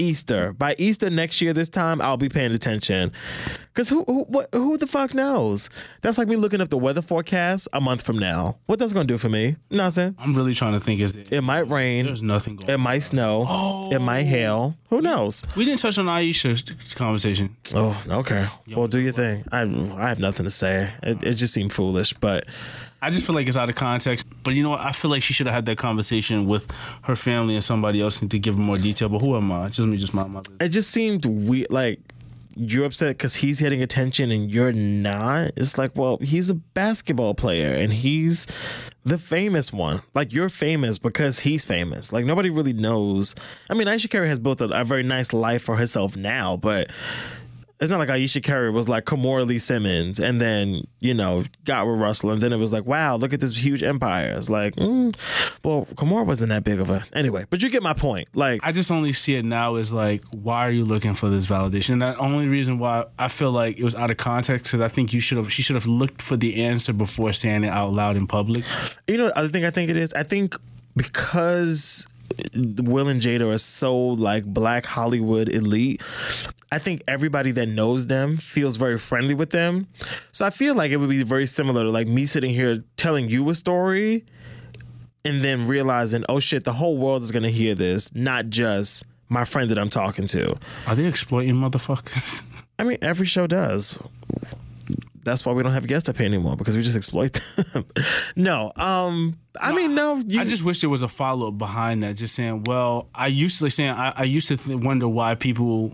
F: Easter. By Easter next year, this time I'll be paying attention. Cause who who what, who the fuck knows? That's like me looking up the weather forecast a month from now. What that's gonna do for me? Nothing.
G: I'm really trying to think. Is it?
F: It might rain.
G: There's nothing going.
F: It
G: on.
F: might snow. It might hail. Who knows?
G: We didn't touch on Aisha's conversation.
F: Oh, okay. Well, do your thing. I I have nothing to say. It, it just seemed foolish, but
G: I just feel like it's out of context. But you know what? I feel like she should have had that conversation with her family and somebody else to give them more detail. But who am I? Just me, just my mother.
F: it just seemed weird. Like you're upset because he's getting attention and you're not. It's like, well, he's a basketball player and he's the famous one. Like you're famous because he's famous. Like nobody really knows. I mean, Aisha Curry has built a, a very nice life for herself now, but. It's not like Aisha Curry was like Kamora Lee Simmons and then, you know, got with Russell. And then it was like, wow, look at this huge empire. It's like, mm, well, Kamora wasn't that big of a. Anyway, but you get my point. Like,
G: I just only see it now as like, why are you looking for this validation? And the only reason why I feel like it was out of context is I think you should have she should have looked for the answer before saying it out loud in public.
F: You know, the other thing I think it is, I think because Will and Jada are so like black Hollywood elite, I think everybody that knows them feels very friendly with them. So I feel like it would be very similar to like me sitting here telling you a story and then realizing, oh shit, the whole world is gonna hear this, not just my friend that I'm talking to.
G: Are they exploiting motherfuckers?
F: I mean, every show does. That's why we don't have guests up here anymore because we just exploit them. no, um, I mean, no. You,
G: I just wish there was a follow up behind that, just saying, well, I used to like saying I, I used to th- wonder why people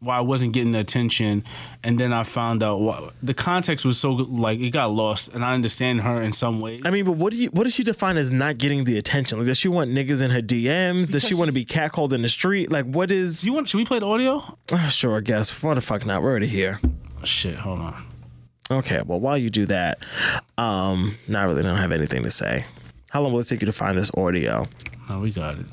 G: why I wasn't getting the attention, and then I found out why, the context was so like it got lost, and I understand her in some ways.
F: I mean, but what do you what does she define as not getting the attention? Like, does she want niggas in her DMs? Does she want to be catcalled in the street? Like, what is?
G: Do you want? Should we play the audio?
F: Ah, sure, I guess. What the fuck not? We're already here.
G: Shit, hold on.
F: Okay, well, while you do that, um, no, I really don't have anything to say. How long will it take you to find this audio?
G: No, we got it.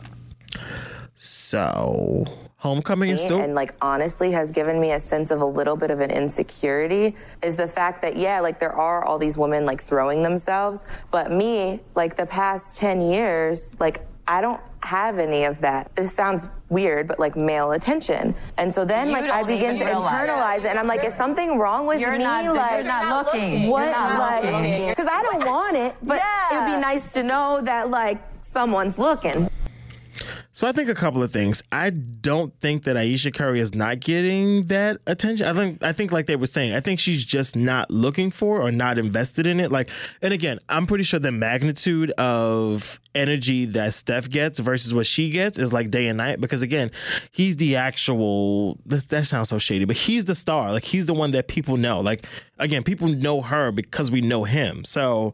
F: So, Homecoming is still
C: and like honestly has given me a sense of a little bit of an insecurity is the fact that yeah like there are all these women like throwing themselves but me like the past 10 years like I don't have any of that. This sounds weird, but like male attention. And so then
H: You
C: like
H: don't
C: I begin to
H: even realize.
C: internalize it and I'm like, is something wrong with
H: You're
C: me?
H: not- you're
C: like
H: not You're not looking. looking.
C: What
H: You're not
C: like
H: looking.
C: because I don't want it, but
H: Yeah.
C: it would be nice to know that like someone's looking.
F: So I think a couple of things. I don't think that Aisha Curry is not getting that attention. I think I think like they were saying, I think she's just not looking for or not invested in it. Like, and again, I'm pretty sure the magnitude of energy that Steph gets versus what she gets is like day and night. Because again, he's the actual. That, that sounds so shady, but he's the star. Like he's the one that people know. Like again, people know her because we know him. So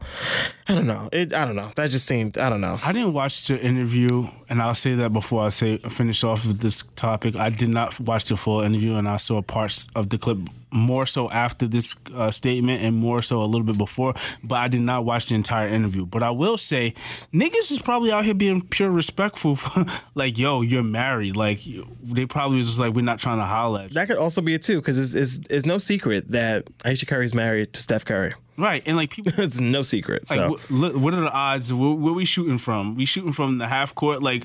F: I don't know. It I don't know. That just seemed I don't know.
G: I didn't watch the interview, and I'll say that before I say finish off with this topic. I did not watch the full interview, and I saw parts of the clip more so after this uh, statement, and more so a little bit before. But I did not watch the entire interview. But I will say, niggas is probably out here being pure respectful. For, like, yo, you're married. Like, you- they probably was just like, we're not trying to holler. At you.
F: That could also be it too, because it's, it's it's no secret that Aisha Curry's married to Steph Curry.
G: Right, and like people.
F: It's no secret.
G: Like,
F: so
G: wh- look, what are the odds? Where, where we shooting from? We shooting from the half court. Like,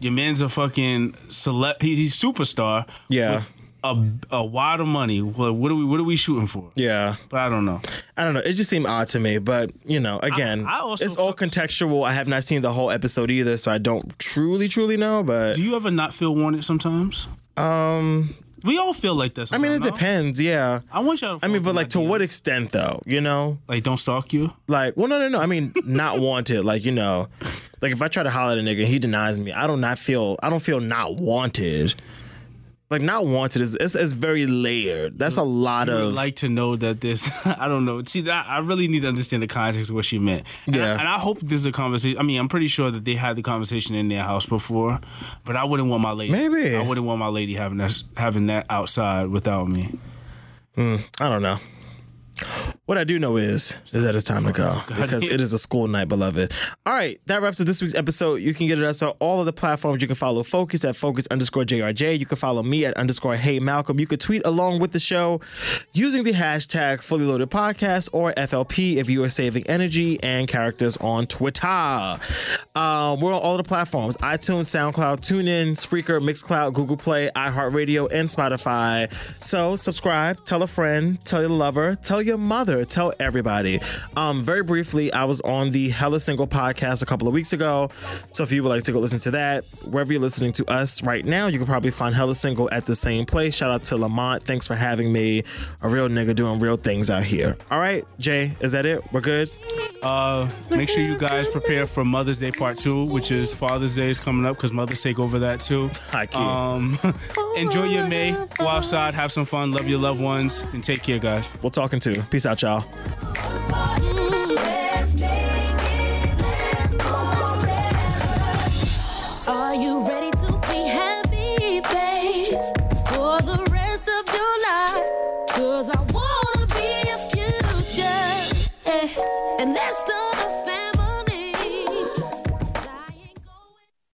G: your man's a fucking select. He, he's superstar.
F: Yeah.
G: with a a wad of money. What, what are we? What are we shooting for?
F: yeah,
G: But I don't know.
F: I don't know. It just seemed odd to me, but you know, again,
G: I also
F: it's all
G: fuck-
F: contextual. I have not seen the whole episode either, so I don't truly, truly know. But
G: Do you ever not feel wanted sometimes?
F: um,
G: We all feel like that.
F: I mean, it
G: sometimes, no?
F: depends. Yeah,
G: I want y'all. To
F: I mean,
G: fuck
F: but
G: with
F: like
G: my
F: to what
G: DM.
F: extent though? You know,
G: Like, don't stalk you.
F: Like, well, no, no, no. I mean, not wanted. Like, you know, like if I try to holler at a nigga and he denies me, I don't not feel. I don't feel not wanted. Like, not wanted is it's, it's very layered. That's a lot
G: I
F: of.
G: would like to know that this. I don't know. See, that I really need to understand the context of what she meant. And
F: Yeah.
G: I, and I hope this is a conversation. I mean, I'm pretty sure that they had the conversation in their house before, but I wouldn't want my lady.
F: Maybe.
G: I wouldn't want my lady having that having that outside without me.
F: I don't know. What I do know is is that it's time to go because it is a school night, beloved. All right, that wraps up this week's episode. You can get at us on all of the platforms. You can follow Focus at Focus underscore JRJ. You can follow me at underscore Hey Malcolm. You could tweet along with the show using the hashtag Fully Loaded Podcast or FLP if you are saving energy and characters on Twitter. Um, we're on all of the platforms: iTunes, SoundCloud, TuneIn, Spreaker, Mixcloud, Google Play, iHeartRadio, and Spotify. So subscribe, tell a friend, tell your lover, tell your mother, tell everybody. Um, very briefly, I was on the Hella Single podcast a couple of weeks ago. So if you would like to go listen to that, wherever you're listening to us right now, you can probably find Hella Single at the same place. Shout out to Lamont. Thanks for having me. A real nigga doing real things out here. All right, Jay, is that it? We're good?
G: Uh, make sure you guys prepare for Mother's Day Part Two, which is Father's Day is coming up because mothers take over that too.
F: Hi, kid.
G: Um, enjoy your May. Go outside, have some fun, love your loved ones, and take care, guys.
F: We'll talking to. Peace out, y'all.
E: Are you ready to be happy, babe? For the rest of your life. Cause I wanna be your future. eh, And that's the